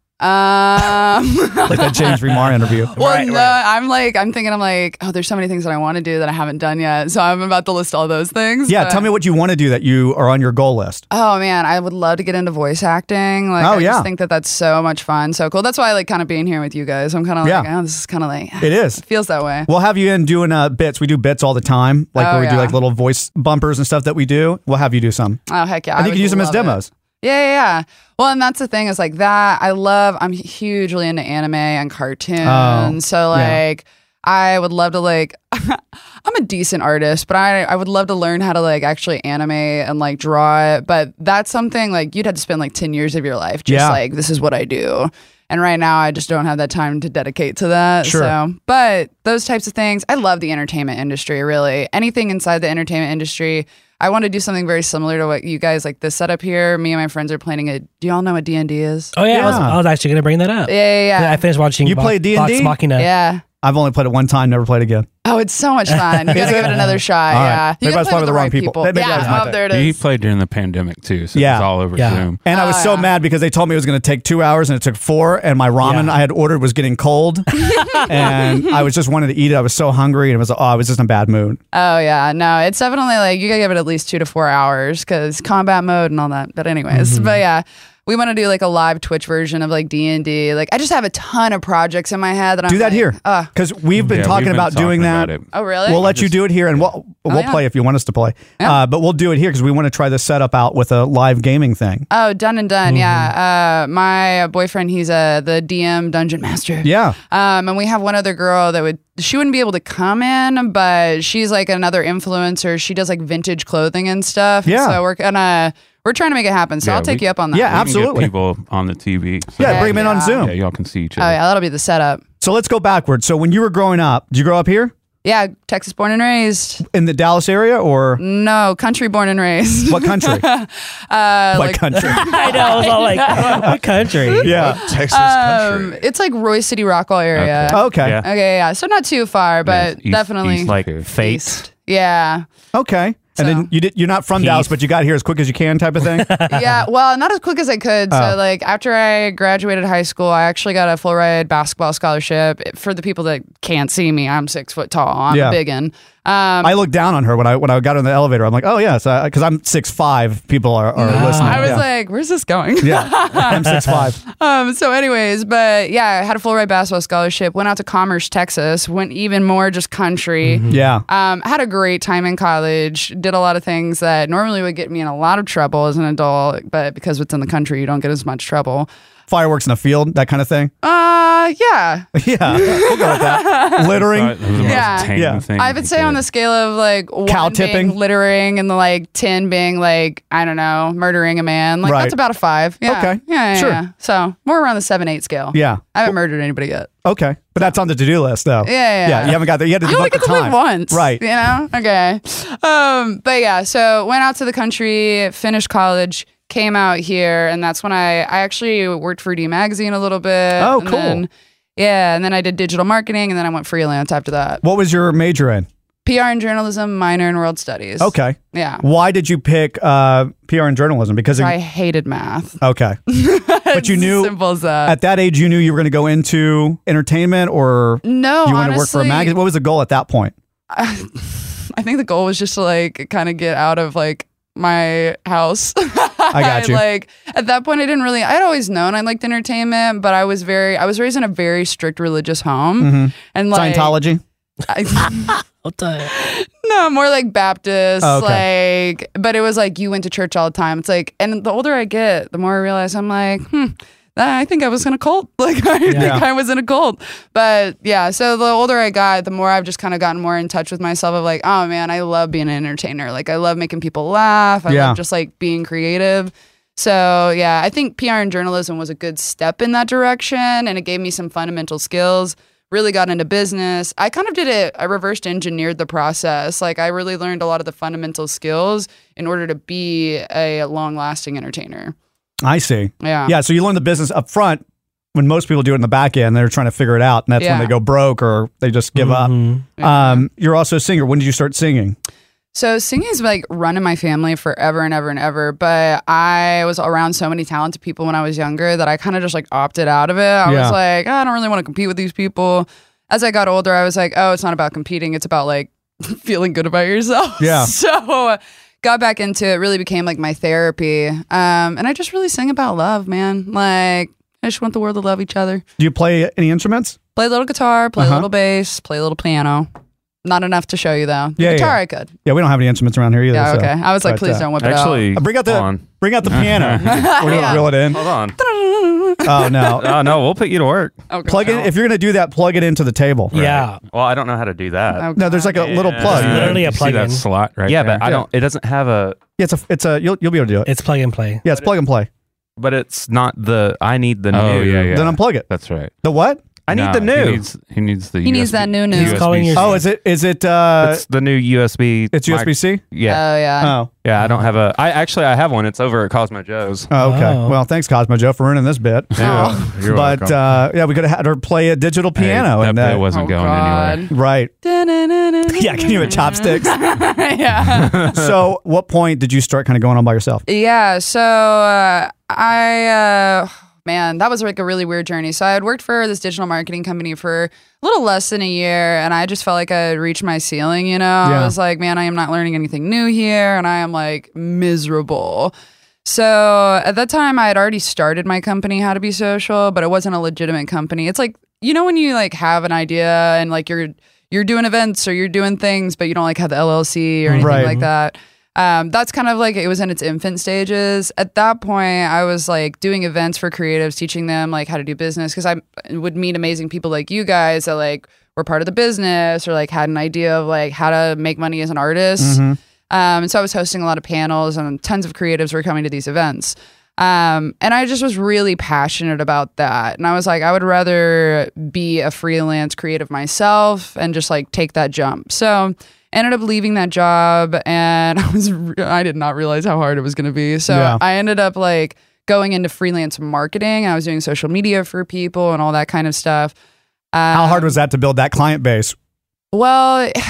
Um, Like that James Remar interview. Well, no, I'm like, I'm thinking, I'm like, oh, there's so many things that I want to do that I haven't done yet. So I'm about to list all those things. Yeah, but- tell me what you want to do that you are on your goal list. Oh man, I would love to get into voice acting. Like, Oh, I yeah. just think that that's so much fun, so cool. That's why I like kind of being here with you guys. I'm kind of like, Yeah. oh, this is kind of like It is. feels that way. We'll have you in doing uh, bits. We do bits all the time, like Oh, where we do yeah. like little voice bumpers and stuff that we do. We'll have you do some. Oh heck yeah! I think you would can use them as love it. demos. Yeah, yeah, yeah. Well, and that's the thing is like that. I love. I'm hugely into anime and cartoons. Oh, so yeah. like, I would love to like. I'm a decent artist, but I I would love to learn how to like actually anime and like draw it. But that's something like you'd have to spend like ten years of your life just Yeah. like this is what I do. And right now, I just don't have that time to dedicate to that. Sure. So, but those types of things, I love the entertainment industry. Really, anything inside the entertainment industry, I want to do something very similar to what you guys like. This setup here, me and my friends are planning a. Do y'all know what D and D is? Oh yeah, I, was, I was actually gonna bring that up. Yeah, yeah, yeah. I finished watching. You Vox- play D and Vox D? Machina. Yeah. I've only played it one time, never played again. Oh, it's so much fun. You Is gotta give it? it another shot. All right. Yeah. You Maybe I gotta was play playing with the wrong people. Maybe that was my yeah. Oh, thing. there it He is. played during the pandemic too, so it was all over Zoom. And Oh, I was so mad because they told me it was going to take two hours and it took four, and my ramen I had ordered was getting cold, and I was just wanted to eat it. I was so hungry, and it was oh, I was just in a bad mood. Oh yeah, no, it's definitely like you gotta give it at least two to four hours because combat mode and all that. But anyways, Mm-hmm. Mhm. but yeah, we want to do like a live Twitch version of like D and D. Like I just have a ton of projects in my head that I'm do that like, here Uh, because we've been Yeah, we've talking been about talking doing that. about it. Oh, really? Oh, We'll let you do it here, and we'll we'll yeah. play if you want us to play. Uh, but we'll do it here because we want to try this setup out with a live gaming thing. oh, done and done. Yeah, uh, Mm-hmm. my boyfriend, he's uh, the DM dungeon master. Yeah. Um, and we have one other girl that would she wouldn't be able to come in, but she's like another influencer. She does like vintage clothing and stuff. Yeah. So we're gonna we're trying to make it happen. So I'll take you up on that. We can get people on the TV. Yeah, bring 'em in on Yeah. Zoom. Yeah, y'all can see each Oh other. yeah, that'll be the setup. So let's go backwards. So when you were growing up, did you grow up here Yeah, Texas born and raised. in the Dallas area or No, country born and raised. What country? uh, what like, country? I know. I was all like, uh, what country? Yeah, Texas um, it's like Roy City, Rockwall area. Okay. Okay. Yeah. Yeah. Okay. Yeah. So not too far, but definitely. like fate. yeah. Okay. And then you did. You're not from Dallas, but you got here as quick as you can, type of thing. yeah. Well, not as quick as I could. Oh. So, like, after I graduated high school, I actually got a full ride basketball scholarship. For the people that can't see me, I'm six foot tall. I'm Yeah. a big one. Um, I looked down on her when I when I got in the elevator. I'm like, oh yes, because I'm six five. People are, are listening. I was Yeah. like, where's this going? Yeah. I'm 6'5". Um, so, anyways, but yeah, I had a full ride basketball scholarship, went out to Commerce, Texas, went even more just country. Mhm. Yeah. Um, had a great time in college, did a lot of things that normally would get me in a lot of trouble as an adult, but because it's in the country, you don't get as much trouble. fireworks in a field, that kind of thing. Uh, yeah. yeah, we'll go with that. Littering. That was the most Yeah. tame Yeah. thing. I would say on the scale of like one Cow tipping? being littering and the like ten being like I don't know murdering a man like Right. that's about a five yeah Okay. yeah yeah, Sure. yeah. so more around the seven eight scale Yeah. I haven't murdered anybody yet Okay, but that's on the to do list though. Yeah, yeah, yeah. you haven't got that. You had to you only devote get the to time. live once right? you know okay um but yeah so went out to the country finished college came out here and that's when I I actually worked for D Magazine a little bit Oh, and cool. then- yeah and then I did digital marketing and then I went freelance after that What was your major in? PR and journalism, minor in world studies. Okay. Yeah. Why did you pick uh, PR and journalism? Because I hated math. okay, but you knew Simple as that. at that age you knew you were going to go into entertainment or No, you wanted to work for a honestly- magazine. What was the goal at that point? I think the goal was just to like kind of get out of like my house. I got you. like at that point, I didn't really. I'd always known I liked entertainment, but I was very. I was raised in a very strict religious home, Mhm. Mm-hmm. and like Scientology. I- no, more like Baptist, Oh, okay. like. But it was like you went to church all the time. It's like, and the older I get, the more I realize I'm like, hmm. I think I was in a cult. Like I think I was in a cult. But yeah, so the older I got, the more I've just kind of gotten more in touch with myself of like, oh man, I love being an entertainer. Like I love making people laugh. I Yeah. love just like being creative. So yeah, I think PR and journalism was a good step in that direction and it gave me some fundamental skills. Really got into business. I kind of did it, I reversed engineered the process. Like I really learned a lot of the fundamental skills in order to be a long lasting entertainer. I see. Yeah. Yeah. So you learn the business up front when most people do it in the back end. They're trying to figure it out, and that's Yeah. when they go broke or they just give up. Um, you're also a singer. When did you start singing? So singing's like run in my family forever and ever and ever. But I was around so many talented people when I was younger that I kind of just like opted out of it. I Yeah. was like, I don't really want to compete with these people. As I got older, I was like, oh, it's not about competing. It's about like feeling good about yourself. Yeah. So uh, got back into it. Really became like my therapy. Um, and I just really sing about love, man. Like I just want the world to love each other. Do you play any instruments? Play a little guitar. Play Uh-huh. a little bass. Play a little piano. Not enough to show you though. The Yeah, yeah, guitar yeah. I could. Yeah, we don't have any instruments around here either. Yeah, so- okay. I was like, please don't whip it out. Actually, Uh, bring out the hold on. bring out the piano. We're gonna Yeah. reel it in. Hold on. Oh no. Oh, no, we'll put you to work. Plug it if you're gonna do that. Plug it into the table. Yeah. Well, I don't know how to do that. No, there's like a little plug. You see that slot right Yeah, but there? I Yeah. don't. It doesn't have a. Yeah, it's a it's a you'll, you'll be able to do it. It's plug and play. Yeah, it's plug and play. But it's not the. I need the Oh, new. yeah, yeah. Then unplug it. That's right. The what? I need the He new. needs, he needs the. He needs USB that new news. He's calling USB. Oh, is it is it uh it's the new USB. It's mic- USB-C? Yeah. Oh, yeah. Oh. Yeah, I don't have a. I actually I have one. It's over at Cosmo Joe's. Oh, okay. Well, thanks, Cosmo Joe, for ruining this bit. Yeah. Oh. You're but welcome. uh, yeah, we could have had her play a digital piano, that and bit wasn't Oh, going God. anywhere. Right? Yeah, can you have chopsticks? yeah. so, what point did you start kind of going on by yourself? Yeah. So uh, I, uh, man, that was like a really weird journey. So I had worked for this digital marketing company for a little less than a year, and I just felt like I had reached my ceiling. You know, Yeah. I was like, man, I am not learning anything new here, and I am like miserable. So at that time, I had already started my company, How to Be Social, but it wasn't a legitimate company. It's like you know when you like have an idea and like you're you're doing events or you're doing things, but you don't like have the LLC or anything Right. like that. Um, that's kind of like it was in its infant stages. At that point, I was like doing events for creatives, teaching them like how to do business because I would meet amazing people like you guys that like were part of the business or like had an idea of like how to make money as an artist. Mm-hmm. Mhm. Um, and so I was hosting a lot of panels, and tons of creatives were coming to these events. Um, and I just was really passionate about that. And I was like, I would rather be a freelance creative myself and just like take that jump. So ended up leaving that job, and I was I did not realize how hard it was going to be. So Yeah. I ended up like going into freelance marketing. I was doing social media for people and all that kind of stuff. Um, How hard was that to build that client base? Well,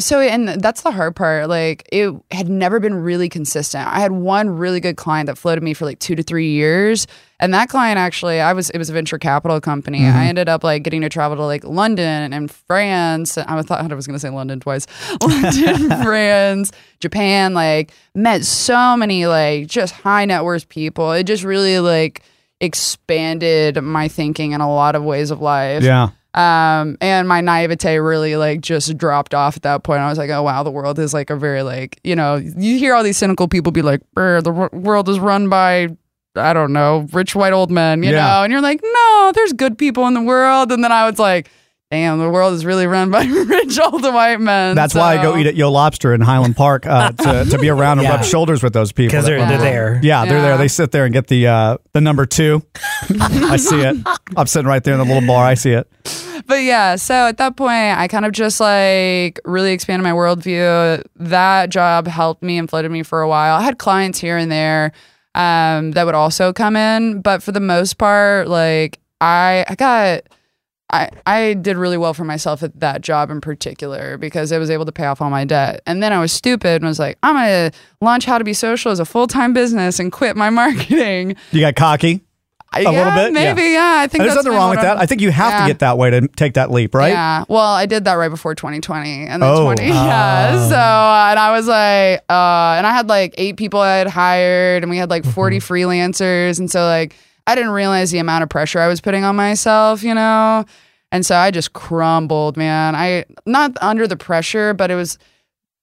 So, and that's the hard part. Like, it had never been really consistent. I had one really good client that floated me for like two to three years. And that client actually, I was, it was a venture capital company. Mhm. I ended up like getting to travel to like London and France. I thought I was going to say London twice. London, France, Japan, like, met so many like just high net worth people. It just really like expanded my thinking in a lot of ways of life. Yeah. Um, and my naivete really like just dropped off at that point. I was like, oh wow, the world is like a very like you know you hear all these cynical people be like, "Brr, the wor- world is run by I don't know rich white old men, you Yeah. know, and you're like, no, there's good people in the world. And then I was like, damn, the world is really run by rich old white men. That's why I go So- eat at Yo Lobster in Highland Park uh, to, to be around and rub shoulders with those people. 'Cause they're- they're there. Yeah, they're Yeah. there. They sit there and get the uh, the number two. I see it. I'm sitting right there in the little bar. I see it. but yeah, so at that point, I kind of just like really expanded my worldview. That job helped me and floated me for a while. I had clients here and there um, that would also come in, but for the most part, like I, I got. I, I did really well for myself at that job in particular because I was able to pay off all my debt. And then I was stupid and was like, I'm going to launch How to Be Social as a full time business and quit my marketing. You got cocky I- a yeah, little bit. maybe, yeah, I think there's that's nothing been wrong what with that. I'm- I think you have Yeah. to get that way to take that leap, right? Yeah. Well, I did that right before 2020 and then Oh. 20. Yeah. Ah. So, uh, and I was like, uh, and I had like eight people I had hired and we had like Mm-hmm. 40 freelancers. And so, like, I didn't realize the amount of pressure I was putting on myself, you know? And so I just crumbled, man. I, not under the pressure, but it was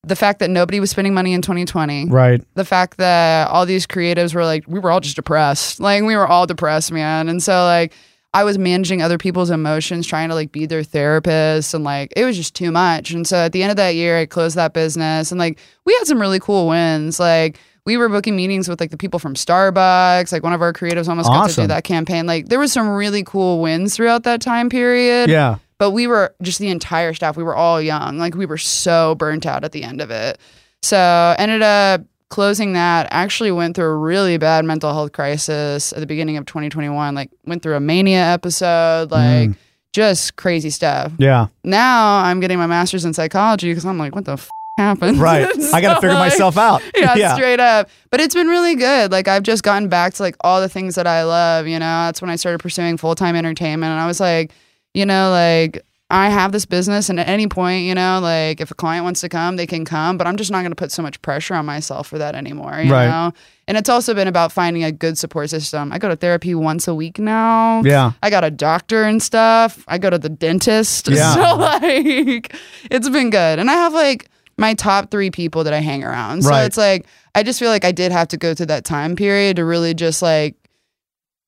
the fact that nobody was spending money in 2020 Right. the fact that all these creatives were like, we were all just depressed. Like we were all depressed, man. And so like I was managing other people's emotions, trying to like be their therapist and like it was just too much. And so at the end of that year, I closed that business and like we had some really cool wins. Like we were booking meetings with like the people from Starbucks. Like one of our creatives almost got to do Awesome. that campaign. Like there was some really cool wins throughout that time period. Yeah. But we were just the entire staff, we were all young. Like we were so burnt out at the end of it. So ended up closing that. Actually went through a really bad mental health crisis at the beginning of 2021. Like went through a mania Mm. episode, like just crazy stuff. Yeah. Now I'm getting my master's in psychology because I'm like, what the f- happened? Right. I gotta So, figure like, myself out. Yeah, Yeah. straight up. But it's been really good. Like I've just gotten back to like all the things that I love. You know, that's when I started pursuing full time entertainment, and I was like, you know, like. I have this business, and at any point, you know, like if a client wants to come, they can come, but I'm just not going to put so much pressure on myself for that anymore, you Right. know? And it's also been about finding a good support system. I go to therapy once a week now. Yeah. I got a doctor and stuff. I go to the dentist. Yeah. So like it's been good. And I have like my top three people that I hang around. So Right. it's like I just feel like I did have to go through that time period to really just like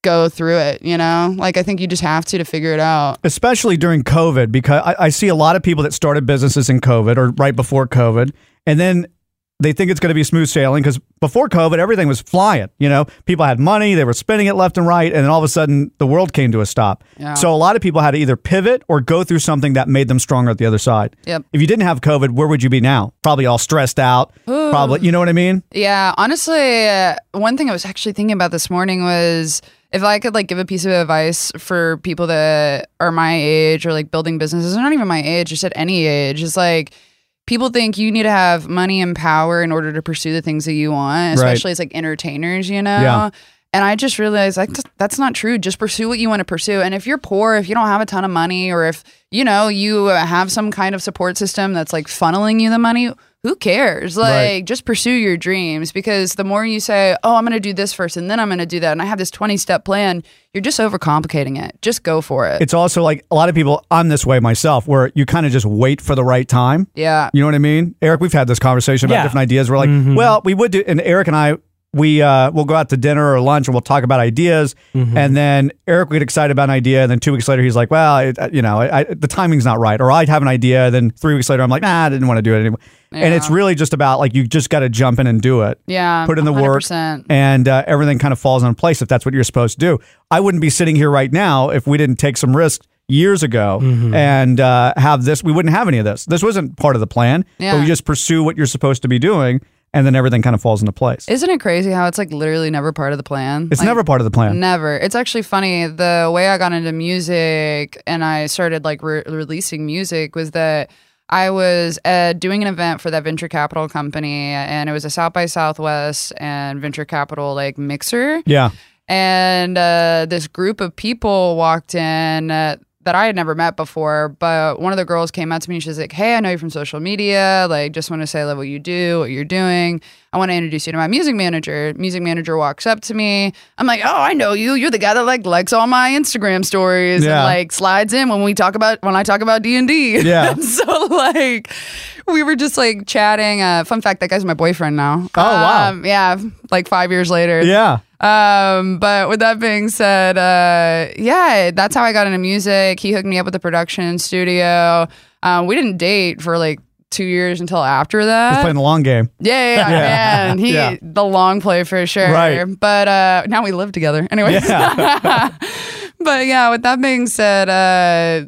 go through it, you know? Like I think you just have to to figure it out. especially during COVID, because I, I see a lot of people that started businesses in COVID or right before COVID, and then they think it's going to be smooth sailing because before COVID, everything was flying. You know, people had money, they were spending it left and right, and then all of a sudden, the world came to a stop. Yeah. So a lot of people had to either pivot or go through something that made them stronger at the other side. Yep. If you didn't have COVID, where would you be now? Probably all stressed out. Ooh. Probably, you know what I mean? Yeah, honestly, uh, one thing I was actually thinking about this morning was if I could like give a piece of advice for people that are my age or like building businesses, or not even my age, just at any age, it's like people think you need to have money and power in order to pursue the things that you want, Right. especially as like entertainers, you know? Yeah. And I just realized like that's- that's not true. Just pursue what you want to pursue. And if you're poor, if you don't have a ton of money, or if you know you have some kind of support system that's like funneling you the money, who cares? Like Right. just pursue your dreams because the more you say, "Oh, I'm going to do this first, and then I'm going to do that," and I have this 20 step plan, you're just overcomplicating it. Just go for it. It's also like a lot of people, I'm this way myself, where you kind of just wait for the right time. yeah. You know what I mean? Eric, we've had this conversation about Yeah. different ideas. We're like, well, we would do, and Eric and I, we uh, will go out to dinner or lunch and we'll talk about ideas. And then Eric would get excited about an idea. And then two weeks later, he's like, well, it, you know, I, I, the timing's not right. Or I'd have an idea. And then three weeks later, I'm like, nah, I didn't want to do it anymore. And it's really just about like, you just got to jump in and do it. Yeah, Put in the work. 100%. And uh, everything kind of falls in place if that's what you're supposed to do. I wouldn't be sitting here right now if we didn't take some risks years ago and uh, have this. We wouldn't have any of this. This wasn't part of the plan. But Yeah. we just pursue what you're supposed to be doing, and then everything kind of falls into place. Isn't it crazy how it's like literally never part of the plan? It's Like, never part of the plan. Never. It's actually funny. The way I got into music and I started like re- releasing music was that I was uh, doing an event for that venture capital company, and it was a South by Southwest and venture capital like mixer. Yeah. And uh, this group of people walked in uh, that I had never met before. But one of the girls came out to me and she's like, Hey, I know you from social media. Like, just want to say, love what you do, what you're doing. I want to introduce you to my music manager. Music manager walks up to me. I'm like, Oh, I know you. You're the guy that like likes all my Instagram stories Yeah. and like slides in when we talk about, when I talk about D&D. Yeah. so like, we were just like chatting. Uh, fun fact, that guy's my boyfriend now. Oh, wow. Um, yeah. Like five years later. Yeah. Um, but with that being said, uh, yeah, that's how I got into music. He hooked me up with the production studio. Um, we didn't date for like two years until after that. He's playing the long game. Uh, yeah, yeah, Yeah. man. He Yeah. the long play for sure. Right. But uh, now we live together. Anyway. but yeah, with that being said, uh,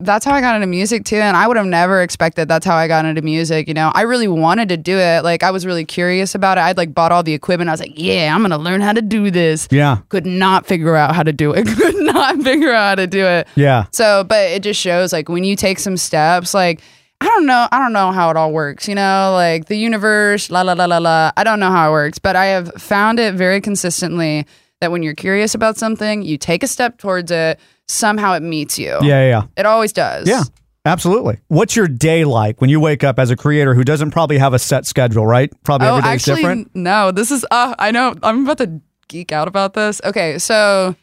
that's how I got into music too. And I would have never expected that's how I got into music. You know, I really wanted to do it. Like, I was really curious about it. I'd like bought all the equipment. I was like, yeah, I'm going to learn how to do this. Yeah. Could not figure out how to do it. Could not figure out how to do it. Yeah. So, but it just shows like when you take some steps, like, I don't know. I don't know how it all works, you know, like the universe, la, la, la, la, la. I don't know how it works, but I have found it very consistently that when you're curious about something, you take a step towards it, somehow it meets you. Yeah, yeah, yeah. It always does. Yeah, absolutely. What's your day like when you wake up as a creator who doesn't probably have a set schedule, right? Probably every oh, day's actually, different. no. This is. Uh, I know. I'm about to geek out about this. Okay, so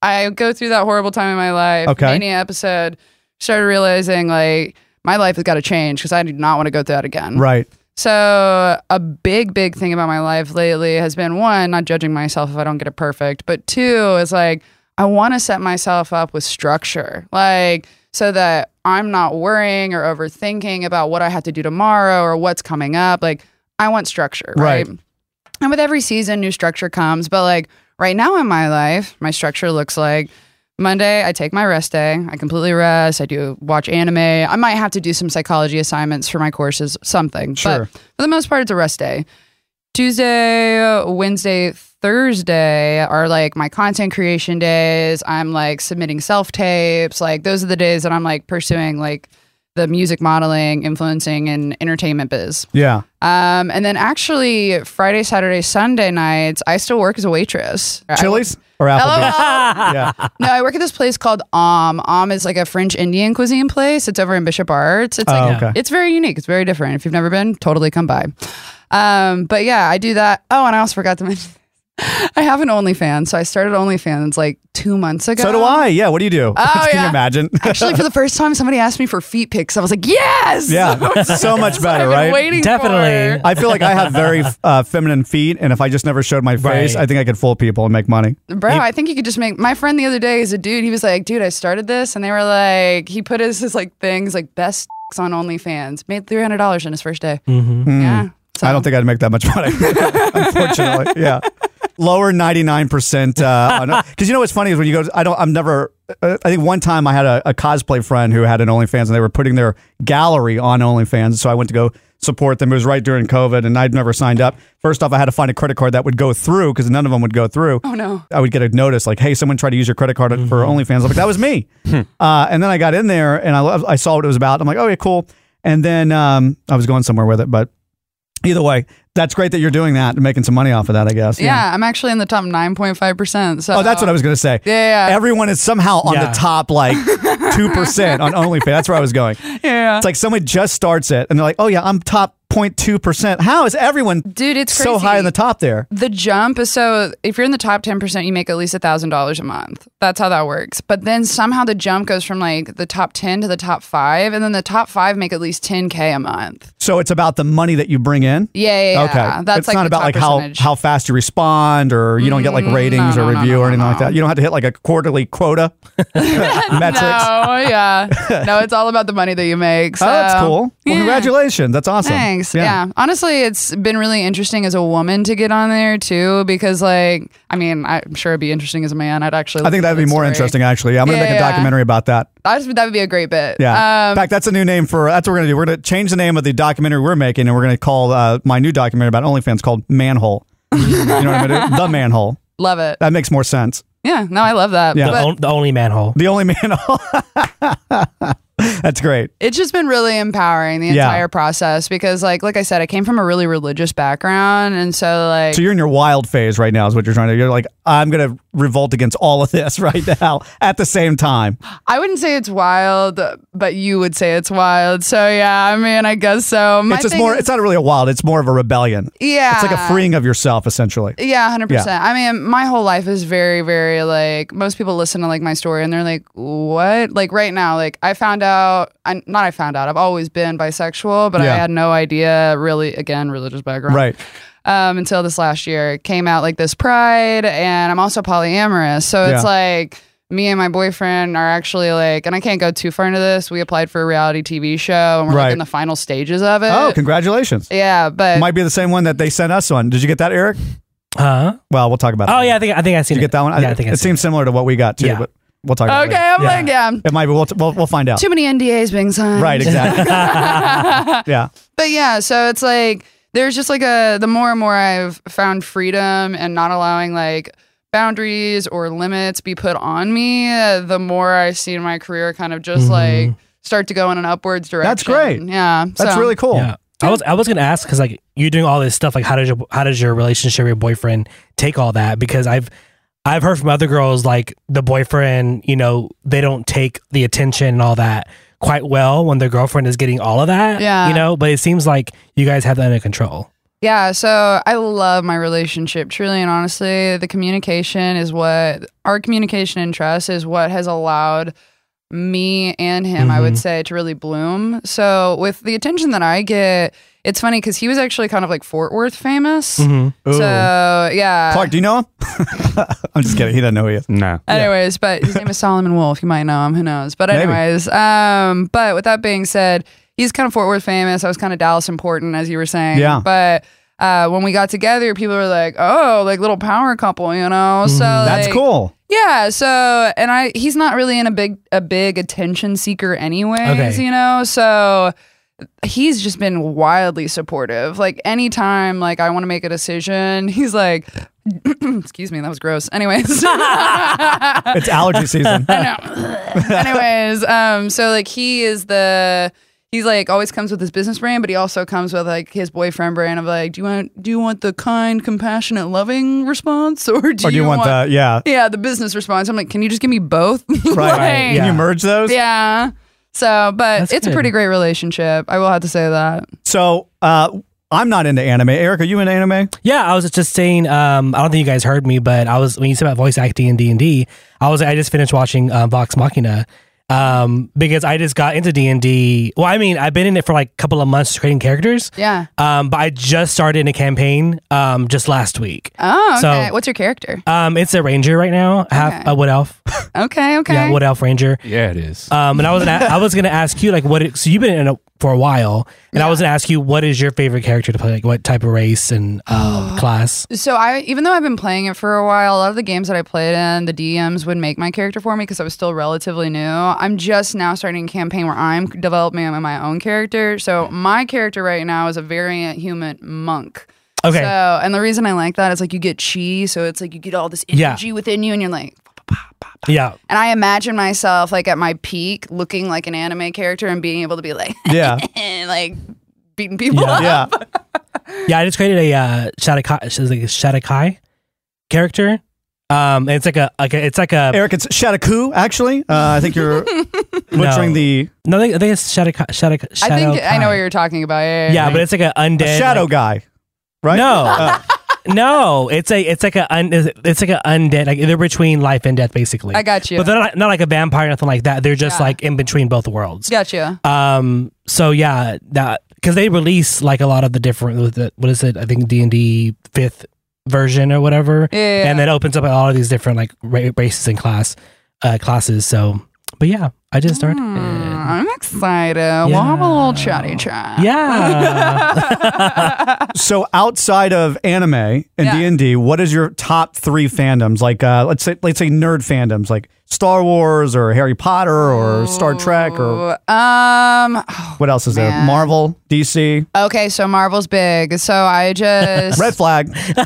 I go through that horrible time in my life. Okay. Mania episode. Started realizing like my life has got to change because I do not want to go through that again. Right. So a big, big thing about my life lately has been one, not judging myself if I don't get it perfect, but two is like I want to set myself up with structure, like so that I'm not worrying or overthinking about what I have to do tomorrow or what's coming up. Like I want structure, right? Right. And with every season, new structure comes. But like right now in my life, my structure looks like Monday, I take my rest day. I completely rest. I do watch anime. I might have to do some psychology assignments for my courses, something. Sure. But for the most part, it's a rest day. Tuesday, Wednesday, Thursday are like my content creation days. I'm like submitting self tapes. Like those are the days that I'm like pursuing like the music modeling, influencing, and entertainment biz. Yeah. Um, and then actually Friday, Saturday, Sunday nights, I still work as a waitress. I- Chili's or Applebee's? yeah. no, I work at this place called Om. Om is like a French Indian cuisine place. It's over in Bishop Arts. It's like Oh, okay. it's very unique. It's very different. If you've never been, totally come by. Um, but yeah, I do that. Oh, and I also forgot to mention I have an OnlyFans. So I started OnlyFans like two months ago. So do I. Yeah. What do you do? Can you Oh, yeah. imagine? Actually, for the first time, somebody asked me for feet pics. I was like, yes. yeah, so much better, I've been right? waiting for. Definitely. I feel like I have very uh, feminine feet, and if I just never showed my face, Right. I think I could fool people and make money. Bro, I think you could just make my friend the other day is a dude. He was like, dude, I started this, and they were like, he put his, his like things like best on OnlyFans, made three hundred dollars in his first day. Hmm. Yeah, I don't think I'd make that much money, unfortunately. Yeah. Lower uh, 99%. Because you know what's funny is when you go, to- I don't, I'm never, uh, I think one time I had a, a cosplay friend who had an OnlyFans and they were putting their gallery on OnlyFans. So I went to go support them. It was right during COVID and I'd never signed up. First off, I had to find a credit card that would go through because none of them would go through. Oh, no. I would get a notice like, "Hey, someone tried to use your credit card for OnlyFans." I'm like, "That was me." uh, and then I got in there and I, lo- I saw what it was about. I'm like, "Oh yeah, cool." And then um, I was going somewhere with it, but either way, that's great that you're doing that and making some money off of that. I guess. yeah, I'm actually in the top nine point five percent. So Oh, that's what I was going to say. Yeah, yeah. Everyone is somehow on Yeah. the top like 2% on OnlyFans. That's where I was going. Yeah. It's like someone just starts it and they're like, oh, yeah, I'm top 0.2%. How is everyone Dude, it's so crazy. high on the top there? The jump is so if you're in the top 10%, you make at least $1,000 a month. That's how that works. But then somehow the jump goes from like the top 10 to the top 5 and then the top 5 make at least 10k a month. So it's about the money that you bring in? Yeah, yeah, yeah. Okay. That's it's like not the about top like percentage. Mm, how, how fast you respond or you don't get like ratings or review or anything like that. You don't have to hit like a quarterly quota Oh, metrics. No, yeah. No, it's all about the money that you make. So. Oh, that's cool. Well, congratulations. That's awesome. Thanks. Yeah. Honestly, it's been really interesting as a woman to get on there too, because like, I mean, I'm sure it'd be interesting as a man. I'd actually. I think that'd be more interesting, actually. I'm going to Yeah, make a yeah. documentary about that. That would that would be a great bit. Yeah. Um, In fact, that's a new name for that's what we're gonna do. We're gonna change the name of the documentary we're making, and we're gonna call uh, my new documentary about OnlyFans called Manhole. you know what I'm gonna do? The Manhole. love it. That makes more sense. Yeah. No, I love that. Yeah. Uh, But only manhole. The only manhole. That's great. It's just been really empowering the Yeah. entire process because like like I said, I came from a really religious background and so like So you're in your wild phase right now, is what you're trying to. You're like, I'm gonna revolt against all of this right now at the same time. I wouldn't say it's wild, but you would say it's wild. So yeah, I mean, Um, I guess so. My it's just thing more. is- It's not really a wild. It's more of a rebellion. it's like a Yeah. freeing of yourself, essentially. yeah, hundred percent. Yeah. I mean, my whole life is very, very like most people listen to like my story and they're like, "What?" Like right now, like I found out, I, not I found out, I've always been bisexual, but I Yeah. had no idea. Really, again, religious background, Right. Um, until this last year, it came out like this pride, and I'm also polyamorous, so it's Yeah. like me and my boyfriend are actually like, and I can't go too far into this. We applied for a reality TV show, and we're Right. like in the final stages of it. Oh, congratulations. Yeah, but Might be the same one that they sent us on. Did you get that, Eric? Huh? Well, we'll talk about. Oh that. yeah, I think I think I seen Did you it. get that one? Yeah, I think I it seen seems similar to what we got too, Yeah. but we'll talk. about it Okay, later. I'm like, yeah. It might be. We'll, t- we'll, we'll find out. Too many NDAs being signed. Right, exactly. yeah. But yeah, so it's like there's just like a the more and more I've found freedom and not allowing like boundaries or limits be put on me, uh, the more I see my career kind Mm-hmm. of just like start to go in an upwards direction. great. Yeah, so- Yeah. I was I was gonna ask because like you're doing all this stuff. Like how does your how does your relationship with your boyfriend take all that? Because I've I've heard from other girls like the boyfriend, you know, they don't take the attention and all that quite well when their girlfriend is getting all of that. Yeah. You know, but it seems like you guys have that under control. Yeah, so I love my relationship truly and honestly. The communication is what our communication and trust is what has allowed me and him, I would Mhm. say, to really bloom. So with the attention that I get, it's funny because he was actually kind of like Fort Worth famous. Mhm. Ooh. So yeah. Clark, do you know him? I'm just kidding. He doesn't know who he is. No. Anyways, but his name is Solomon Wolf. You might know him. Who knows? But Maybe. anyways, um, but with that being said, he's kind of Fort Worth famous. I was kind of Dallas important, as you were saying. Yeah. But uh, when we got together, people were like, "Oh, like little power couple," you know. So Mm-hmm. That's like, cool. Yeah. So, and I, he's not really in a big, a big attention seeker, anyways. Okay. You know. So he's just been wildly supportive. Like anytime, like I want to make a decision, he's like. Excuse me, that was gross. Anyways, It's allergy season. Anyways, um, so like he is the he's like always comes with his business brand, but he also comes with like his boyfriend brand of like, do you want do you want the kind, compassionate, loving response, or do, Or do you want the- yeah. yeah the business response? I'm like, can you just give me both? Right. Can you merge those? Yeah. So, but it's a good. pretty great relationship. I will have to say that. So uh, I'm not into anime. Eric, are you into anime? Yeah, I was just saying. Um, I don't think you guys heard me, but I was when you said about voice acting and D and D, I was I just finished watching um, Vox Machina um, because I just got into D and D. Well, I mean, I've been in it for like a couple of months creating characters. Yeah. Um, but I just started in a campaign um, just last week. Oh, So- okay. What's your character? Um, it's a ranger right now. Half a wood elf. Okay, okay. Yeah, wood elf ranger. Yeah, it is. Um, and I was gonna, I was gonna ask you like what. It, so you've been in it for a while, and I was gonna ask you what is your favorite character to play? Like what type of race and Oh. um, class? So I, even though I've been playing it for a while, a lot of the games that I played in, the DMs would make my character for me because I was still relatively new. I'm just now starting a campaign where I'm developing my own character. So my character right now is a variant human monk. Okay. So, and the reason I like that is like you get chi, so it's like you get all this Yeah. energy within you, and you're like, Yeah. and I imagine myself like at my peak, looking like an anime character and being able to be like, eh, Yeah. like beating people up. Yeah. yeah, I just created a uh, Shadakai, it's like a Shadakai character. Um, it's like a like a, it's like a Eric, it's Shadaku. Actually, uh, I think you're butchering the. No, I think, I think it's Shadakai. Shadakai. I think I know what you're talking about. Yeah, Yeah, but it's like an undead A shadow like- guy, right? Uh, No. No, it's a it's like a un, it's like a undead like they're between life and death basically. I got you. But they're not, not like a vampire or nothing like that. They're just Yeah. like in between both worlds. Gotcha. Um. So yeah, that because they release like a lot of the different with the, what is it? I think D and D fifth version or whatever. Yeah, yeah, And that opens up a lot of these different like ra- races and class uh, classes. So, but yeah, I just started. Mm-hmm. I'm excited. We'll have a little chatty chat. Yeah. so outside of anime and D and D, what is your top three fandoms? Like, uh, let's say, let's say nerd fandoms, like Star Wars or Harry Potter or Star Trek or Um. what else is there? man. Marvel, DC. Okay, so Marvel's big. So I just. Red flag. oh no!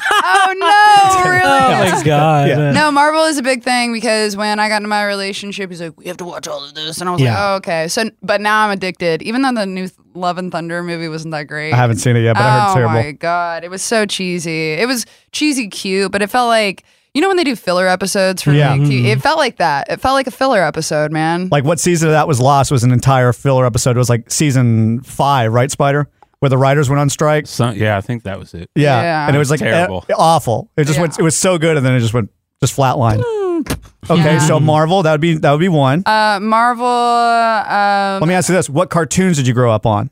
Really? Oh, my God. Yeah. No, Marvel is a big thing because when I got into my relationship, he's like, "We have to watch all of this," and I was like, Yeah. "Oh, okay." So, but now I'm addicted. Even though the new Th- Love and Thunder movie wasn't that great, I haven't seen it yet, but I heard it's oh terrible. my god, it was so cheesy. It was cheesy cute, but it felt like you know when they do filler episodes for Yeah. like, cute- Mhm. it felt like that. It felt like a filler episode, man. Like what season of that was lost was an entire filler episode. It was like season five, right, Spider? Where the writers went on strike. yeah, I think that was it. Yeah. And it was like terrible. eh, awful. It just went it was so good and then it just went just flatlined. Mm. okay, so Marvel, that would be that would be one. Uh, Marvel. Um, Let me ask you this. What cartoons did you grow up on?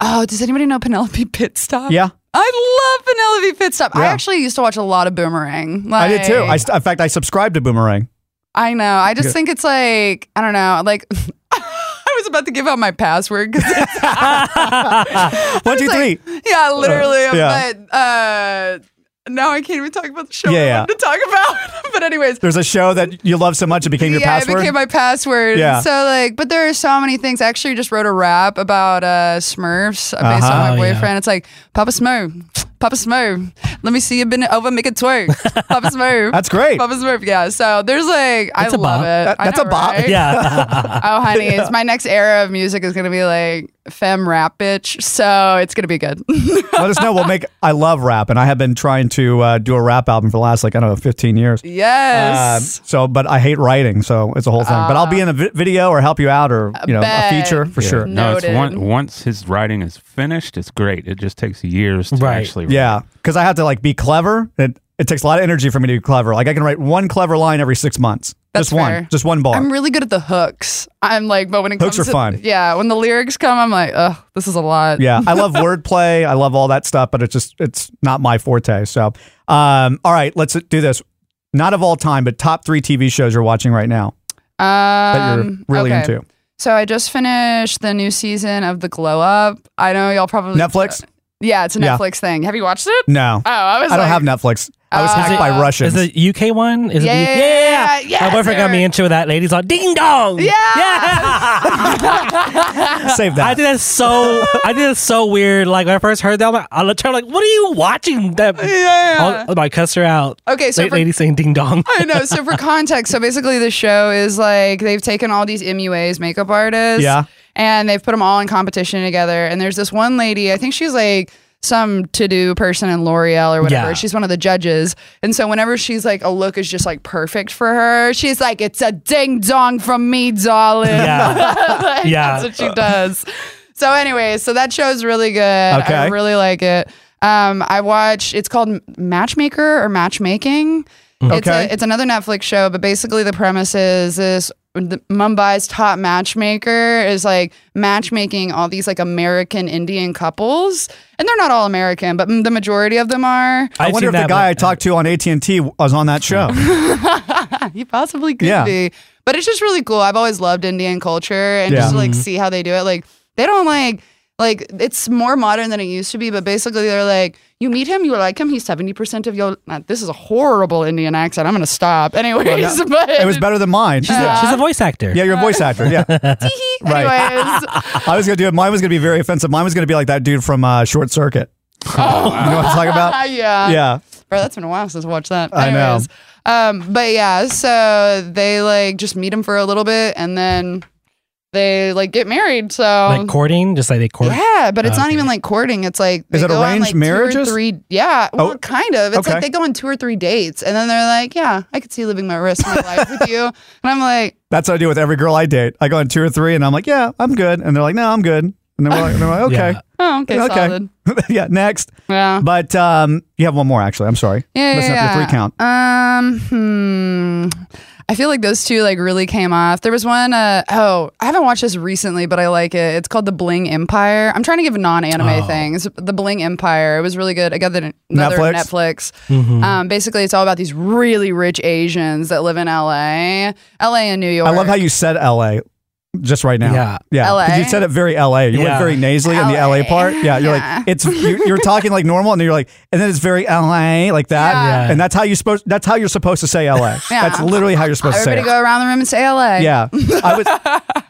Oh, does anybody know Penelope Pitstop? Yeah. I love Penelope Pitstop. I Yeah. actually used to watch a lot of Boomerang. I did too. Like, I, st- in fact, I subscribed to Boomerang. I know. I just Yeah. think it's like I don't know. Like I was about to give out my password. 'cause it's- Ah, One, two, three. yeah, literally. Uh, yeah. But uh, now I can't even talk about the show Yeah, I yeah. wanted to talk about. but anyways, There's a show that you love so much it became your yeah, password. it became my password. Yeah. So like, but there are so many things. I actually just wrote a rap about uh, Smurfs uh, based Uh-huh. on my Oh, yeah. boyfriend. It's like Papa Smurf, Papa Smurf. Let me see you bend it over, make it twerk. Papa Smurf. That's great. Papa Smurf. Yeah. So there's like, I That's a love bop. it. That- I that's know, a bop. right? Yeah. oh honey, Yeah. it's my next era of music is gonna be like femme rap bitch. So it's gonna be good. Let us know. We'll make. I love rap, and I have been trying to uh, do a rap album for the last like I don't know, fifteen years. Uh, yes. Ah. so, but I hate writing, so it's a whole thing. but I'll be in a vi- video or help you out, or you know, bet. a feature for Yeah. sure. No, it's Noted. one, once his writing is finished, it's great. It just takes years to actually. Write. Yeah, because I have to like be clever. It it takes a lot of energy for me to be clever. Like I can write one clever line every six months. That's just one, fair. just one bar. I'm really good at the hooks. I'm like, but when it Hooks comes to, are fun. Yeah, when the lyrics come, I'm like, ugh, this is a lot. yeah, I love wordplay. I love all that stuff, but it's just it's not my forte. So, um, all right, let's do this. Not of all time, but top three TV shows you're watching right now. that you're really into. Um, So I just finished the new season of The Glow Up. I know y'all probably Netflix? yeah, it's a Yeah. Netflix thing. Have you watched it? No. Oh, I was. I don't like- have Netflix. I was Uh, hacked by Russians. Is the UK one? Is Yeah, it the UK? yeah, yeah, My boyfriend got me into that. Ladies like ding dong. Yeah. Save that. I think that's so. I think that's so weird. Like when I first heard that, I'm like, I looked at her like, "What are you watching?" That yeah. I'll, I cussed her out. Okay, so Late for- lady saying ding dong. I know. So for context, so basically the show is like they've taken all these MUAs, makeup artists, Yeah. and they've put them all in competition together. And there's this one lady, I think she's like some to-do person in L'Oreal or whatever. Yeah. She's one of the judges. And so whenever she's like a look is just like perfect for her, she's like, It's a ding dong from me, darling. Yeah. Like, Yeah. That's what she does. So anyway, so that show's really good. I Okay. really like it. Um, I watch. It's called M- Matchmaker or Matchmaking. It's, Okay. a, it's another Netflix show, but basically the premise is this: the, Mumbai's top matchmaker is like matchmaking all these like American Indian couples, and they're not all American, but mm, the majority of them are. I wonder if the guy I talked to on AT and T was on that show. he possibly could Yeah. be. But it's just really cool. I've always loved Indian culture and Yeah. just to, like Mhm. see how they do it. Like they don't like like it's more modern than it used to be, but basically they're like, you meet him, you like him, he's seventy percent of your. uh, this is a horrible Indian accent. I'm gonna stop. Anyways, Well, no, but it was better than mine. She's a- Yeah. she's a voice actor. Yeah, you're a voice actor. Yeah. right. Anyways, I was gonna do it. Mine was gonna be very offensive. Mine was gonna be like that dude from uh, Short Circuit. You know what I'm talking about? yeah, Yeah. Bro, that's been a while since I watched that. I know. Anyways, Um, but yeah, so they like just meet him for a little bit and then they like get married. So like courting, just like they court. Yeah, but it's Oh, not okay. even like courting. It's like Is they it go on, arranged like, two or marriages? Three, yeah, well, Oh, kind of. It's okay. like they go on two or three dates, and then they're like, "Yeah, I could see living my rest of my life with you." And I'm like, That's what I do with every girl I date. I go on two or three, and I'm like, "Yeah, I'm good," and they're like, "No, I'm good," and then we're like, and they're like "Okay, "Oh, okay, okay, solid." yeah, next." Yeah. But um, you have one more actually. I'm sorry. Yeah, Messing yeah, up your yeah. three count. Um, hmm. I feel like those two like really came off. There was one. Uh, oh, I haven't watched this recently, but I like it. It's called The Bling Empire. I'm trying to give non-anime Oh. things. The Bling Empire. It was really good. I got that another Netflix? Netflix. Mhm. Um, basically, it's all about these really rich Asians that live in LA, LA and New York. I love how you said L.A. just right now. Yeah. yeah. 'Cause LA? You said it very L.A. You went Yeah. very nasally on the L.A. part. Yeah, you're like it's you're, you're talking like normal, and then you're like, and then it's very L.A. like that, Yeah. Yeah. and that's how you supposed that's how you're supposed to say L.A. Yeah. That's literally how you're supposed Everybody to say. go around the room and say LA. it. Yeah, I was.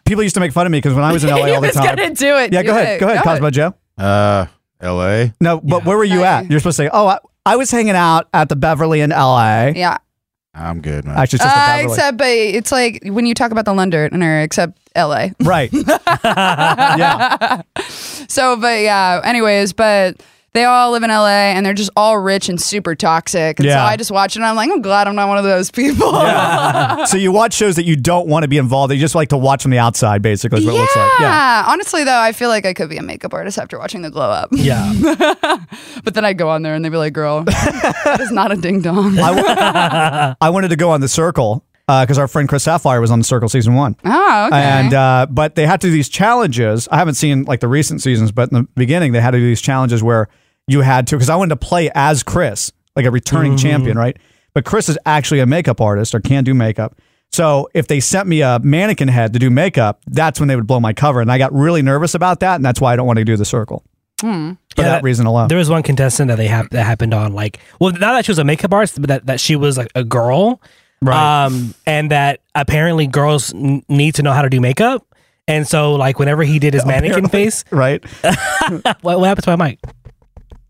People used to make fun of me because when I was in L.A. He all the was time. gonna do it, Yeah, do go ahead, it, go ahead, go Cosmo Joe. Uh, L.A. No, but where were you at? You're supposed to say, oh, I, I was hanging out at the Beverly in L.A. Yeah. I'm good, man. Actually, it's just the Uh, Beverly. except, but it's like when you talk about the Londoner, except LA. Right. So, but yeah, anyways, but they all live in LA and they're just all rich and super toxic. And so Yeah. I just watch it and I'm like, I'm glad I'm not one of those people. so you watch shows that you don't want to be involved. That you just like to watch from the outside, basically. Is what it looks like. Yeah. Honestly, though, I feel like I could be a makeup artist after watching The Glow Up. Yeah. But then I go on there and they'd be like, girl, that is not a ding dong. I wanted to go on the Circle because our friend Chris Sapphire was on the Circle season one. oh, okay. And uh, but they had to do these challenges. I haven't seen like the recent seasons, but in the beginning they had to do these challenges where you had to because I wanted to play as Chris, like a returning champion, right? But Chris is actually a makeup artist or can do makeup. So if they sent me a mannequin head to do makeup, that's when they would blow my cover, and I got really nervous about that, and that's why I don't want to do the circle Hmm. for that reason alone. There was one contestant that they hap- that happened on like well not that she was a makeup artist but that, that she was like a girl right um and that apparently girls n- need to know how to do makeup and so like whenever he did his mannequin face right what, what happened to my mic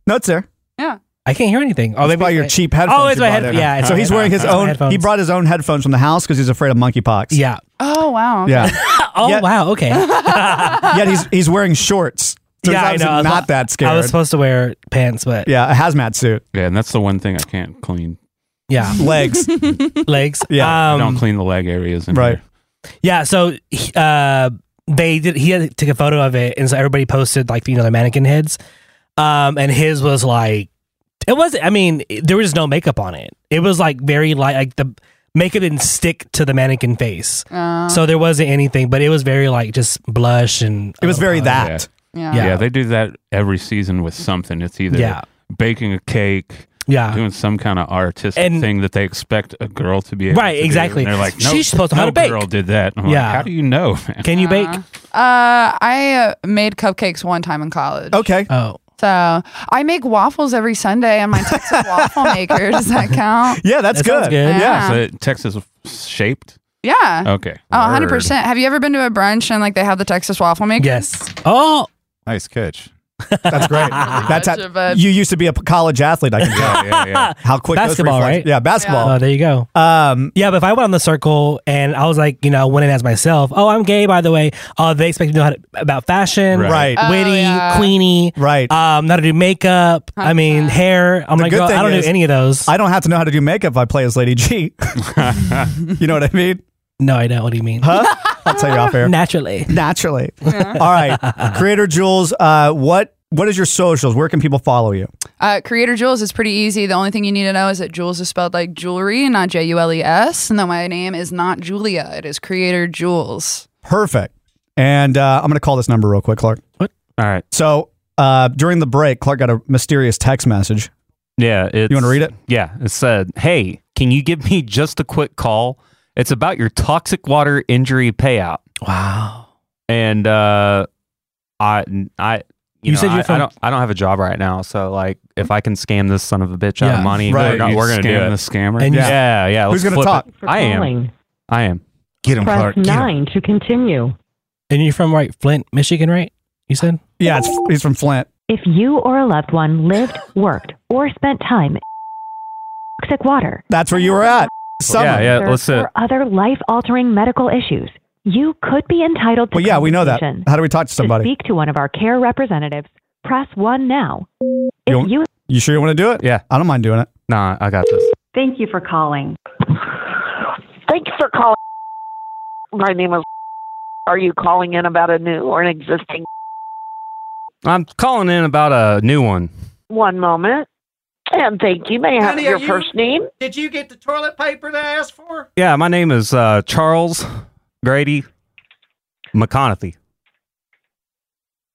no it's there yeah I can't hear anything oh It's maybe by your it- cheap headphones. oh it's you my bought head there. yeah it's so my he's head- wearing his it's my own. He headphones. brought his own headphones from the house because he's afraid of monkeypox. yeah oh, wow. Yeah. oh wow okay Yet he's he's wearing shorts. So Yeah, I he's obviously know. I was- not that scared. I was supposed to wear pants but yeah, a hazmat suit. Yeah, and that's the one thing I can't clean. yeah Legs. Um, legs I yeah don't clean the leg areas. In right. Yeah, so he- uh, they did. He had took a photo of it, and so everybody posted like you know the mannequin heads, um, and his was like it was. I mean, it- there was no makeup on it. It was like very light. Like the makeup didn't stick to the mannequin face, Oh. so there wasn't anything. But it was very like just blush and it was very that. Yeah. Uh, Yeah. they do that every season with something. It's either Yeah. baking a cake, Yeah. doing some kind of artistic And- thing that they expect a girl to be able Right, to do. exactly. And they're like, no, She's supposed to know no how to bake." girl did that. I'm like, Yeah. how do you know, man? Can you bake? Uh, I uh, made cupcakes one time in college. Okay. Oh. So I make waffles every Sunday on my Texas waffle maker. Does that count? Yeah, that's That good. sounds good. Yeah. So it- Texas is shaped. Yeah. Okay. Oh, 100 Word. percent. Have you ever been to a brunch and like they have the Texas waffle maker? Yes. Oh, Nice catch. That's great. That's Gotcha, how, bud. you used to be a p- college athlete. I can tell. yeah, yeah. How quick those basketball, reflex- right? Yeah, basketball. Oh, there you go. Um, yeah, but if I went on the circle and I was like, you know, I went in as myself. Oh, I'm gay, by the way. Oh, they expect me to know how to, about fashion, Right. Right. Witty, Oh, yeah. queeny, right? Um, how to do makeup. I mean, hair. I'm The like, good girl, thing I don't is- do any of those. I don't have to know how to do makeup if I play as Lady G. you know what I mean? no, I don't. What do you mean? Huh? I'll tell you off air. Naturally. Naturally. All right. Creator Jules, uh, what what is your socials? Where can people follow you? Uh, Creator Jules is pretty easy. The only thing you need to know is that Jules is spelled like jewelry and not J U L E S. And that my name is not Julia. It is Creator Jules. Perfect. And uh, I'm going to call this number real quick, Clark. What? All right. So uh, during the break, Clark got a mysterious text message. Yeah. It's, You wanna read it? Yeah. It said, Hey, can you give me just a quick call? It's about your toxic water injury payout. Wow. And uh, I, I, you, You know, said your I, I phone- don't, I don't have a job right now. So, like, if I can scam this son of a bitch out Yeah. of money, Right. we're, not, You we're gonna do scam it. the scammer? And And you- yeah. yeah, yeah. Who's let's gonna flip it. talk? I am. Calling. I am. Get him, Clark, get 'em. nine to continue. And you're from right Flint, Michigan, right? You said. Yeah, it's, he's from Flint. If you or a loved one lived, worked, or spent time in toxic water, That's where you were at. Summer. yeah, let's or other life-altering medical issues, you could be entitled to Well, yeah, we know that. compensation. How do we talk to To somebody? speak to one of our care representatives, press 1 now. You, you- you sure you want to do it? Yeah. I don't mind doing it. Nah, I got this. Thank you for calling. Thank you for calling. My name is. Are you calling in about a new or an existing? I'm calling in about a new one. One moment. And thank you. May I have Honey, your are you- first name? Did you get the toilet paper that I asked for? Yeah, my name is uh, Charles Grady McConathy.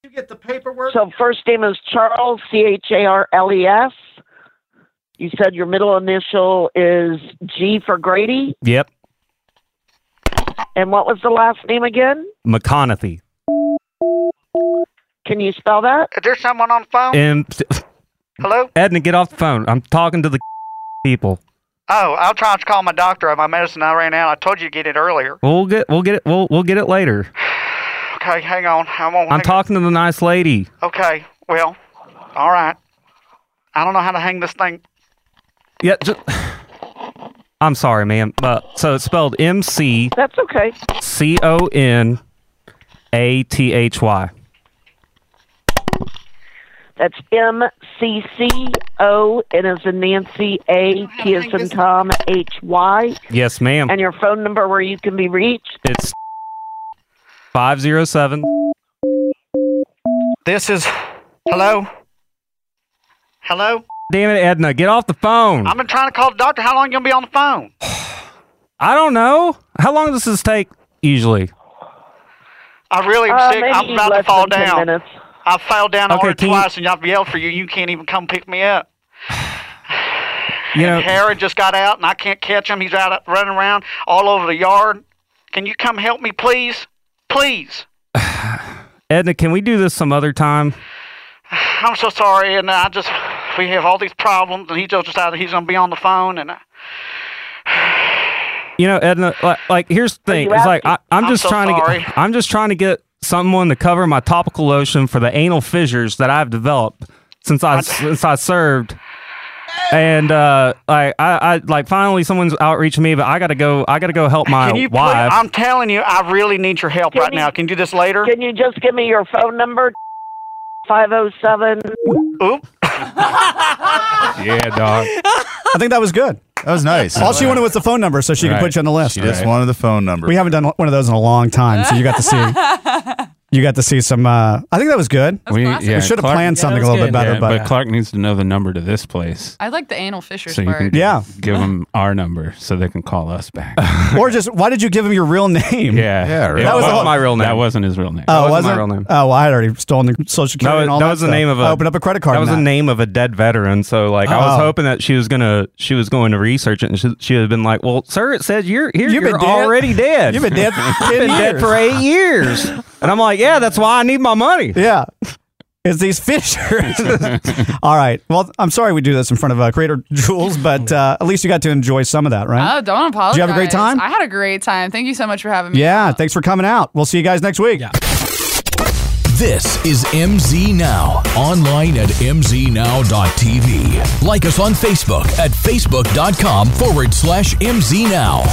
You get the paperwork. So first name is Charles C H A R L E S. You said your middle initial is G for Grady. Yep. And what was the last name again? McConathy. Can you spell that? Is there someone on phone? And Hello? Edna, get off the phone. I'm talking to the people. Oh, I'll try to call my doctor. My medicine I ran out. I told you to get it earlier. We'll get we'll get it we'll we'll get it later. Okay, hang on. I won't. I'm hang- talking to the nice lady. Okay. Well, all right. I don't know how to hang this thing. Yeah, just, I'm sorry, ma'am. Uh, so it's spelled M C That's okay. C O N A T H Y. That's M C C O N as in Nancy, A T as in Tom, H Y. Yes, ma'am. And your phone number where you can be reached. It's five zero seven. This is. Hello? Hello? Damn it, Edna, get off the phone. I've been trying to call the doctor. How long you going to be on the phone? I don't know. How long does this take usually? I really am Uh, sick. maybe I'm about to less fall than 10 down. minutes. I fell down Okay, already can you- twice, and I've yelled for you. You can't even come pick me up. You know, Harrod just got out, and I can't catch him. He's out running around all over the yard. Can you come help me, please? Please. Edna, can we do this some other time? I'm so sorry, and I just we have all these problems, and he just decided he's gonna be on the phone, and I, You know, Edna, like, like here's the thing. you It's like I, asking? I'm I'm just so trying to sorry. get, I'm just trying to get someone to cover my topical lotion for the anal fissures that I've developed since I, since I served. And uh, like I, I like finally someone's outreaching me, but I gotta go. I gotta go help my can you? please- wife. I'm telling you, I really need your help right now. Can you do this later? Can you just give me your phone number? 507. Oop. Yeah, dog. I think that was good. That was nice. All she wanted was the phone number so she could Right. put you on the list. She just wanted the phone number. We haven't done one of those in a long time, so you got to see. You got to see some. Uh, I think that was good. we, we should have planned something a little bit better, Yeah, but, Clark needs to know the number to this place. I like the anal fissures So you part. can give them our number so they can call us back. or just why did you give him your real name? Yeah, That was the whole- That wasn't his real name. Oh, was it? Oh, well, I had already stolen the social That security. was, and all that was the stuff. name of a. I opened up a credit card. That was on the name of a dead veteran. So like, I was Oh. hoping that she was gonna, she was going to research it, and she, she had been like, "Well, sir, it says you're here. You've You're been dead- already dead. You've been dead for You've 10 been dead years." for eight years." And I'm like, "Yeah, that's why I need my money." Yeah. It's these fishers. All right. Well, I'm sorry we do this in front of uh, creator Jules, but uh, at least you got to enjoy some of that, right? Oh, don't apologize. Did you have a great time? I had a great time. Thank you so much for having me. yeah. Thanks for coming out. We'll see you guys next week. This is MZ Now, online at mznow.tv. Like us on Facebook at facebook.com forward slash mznow.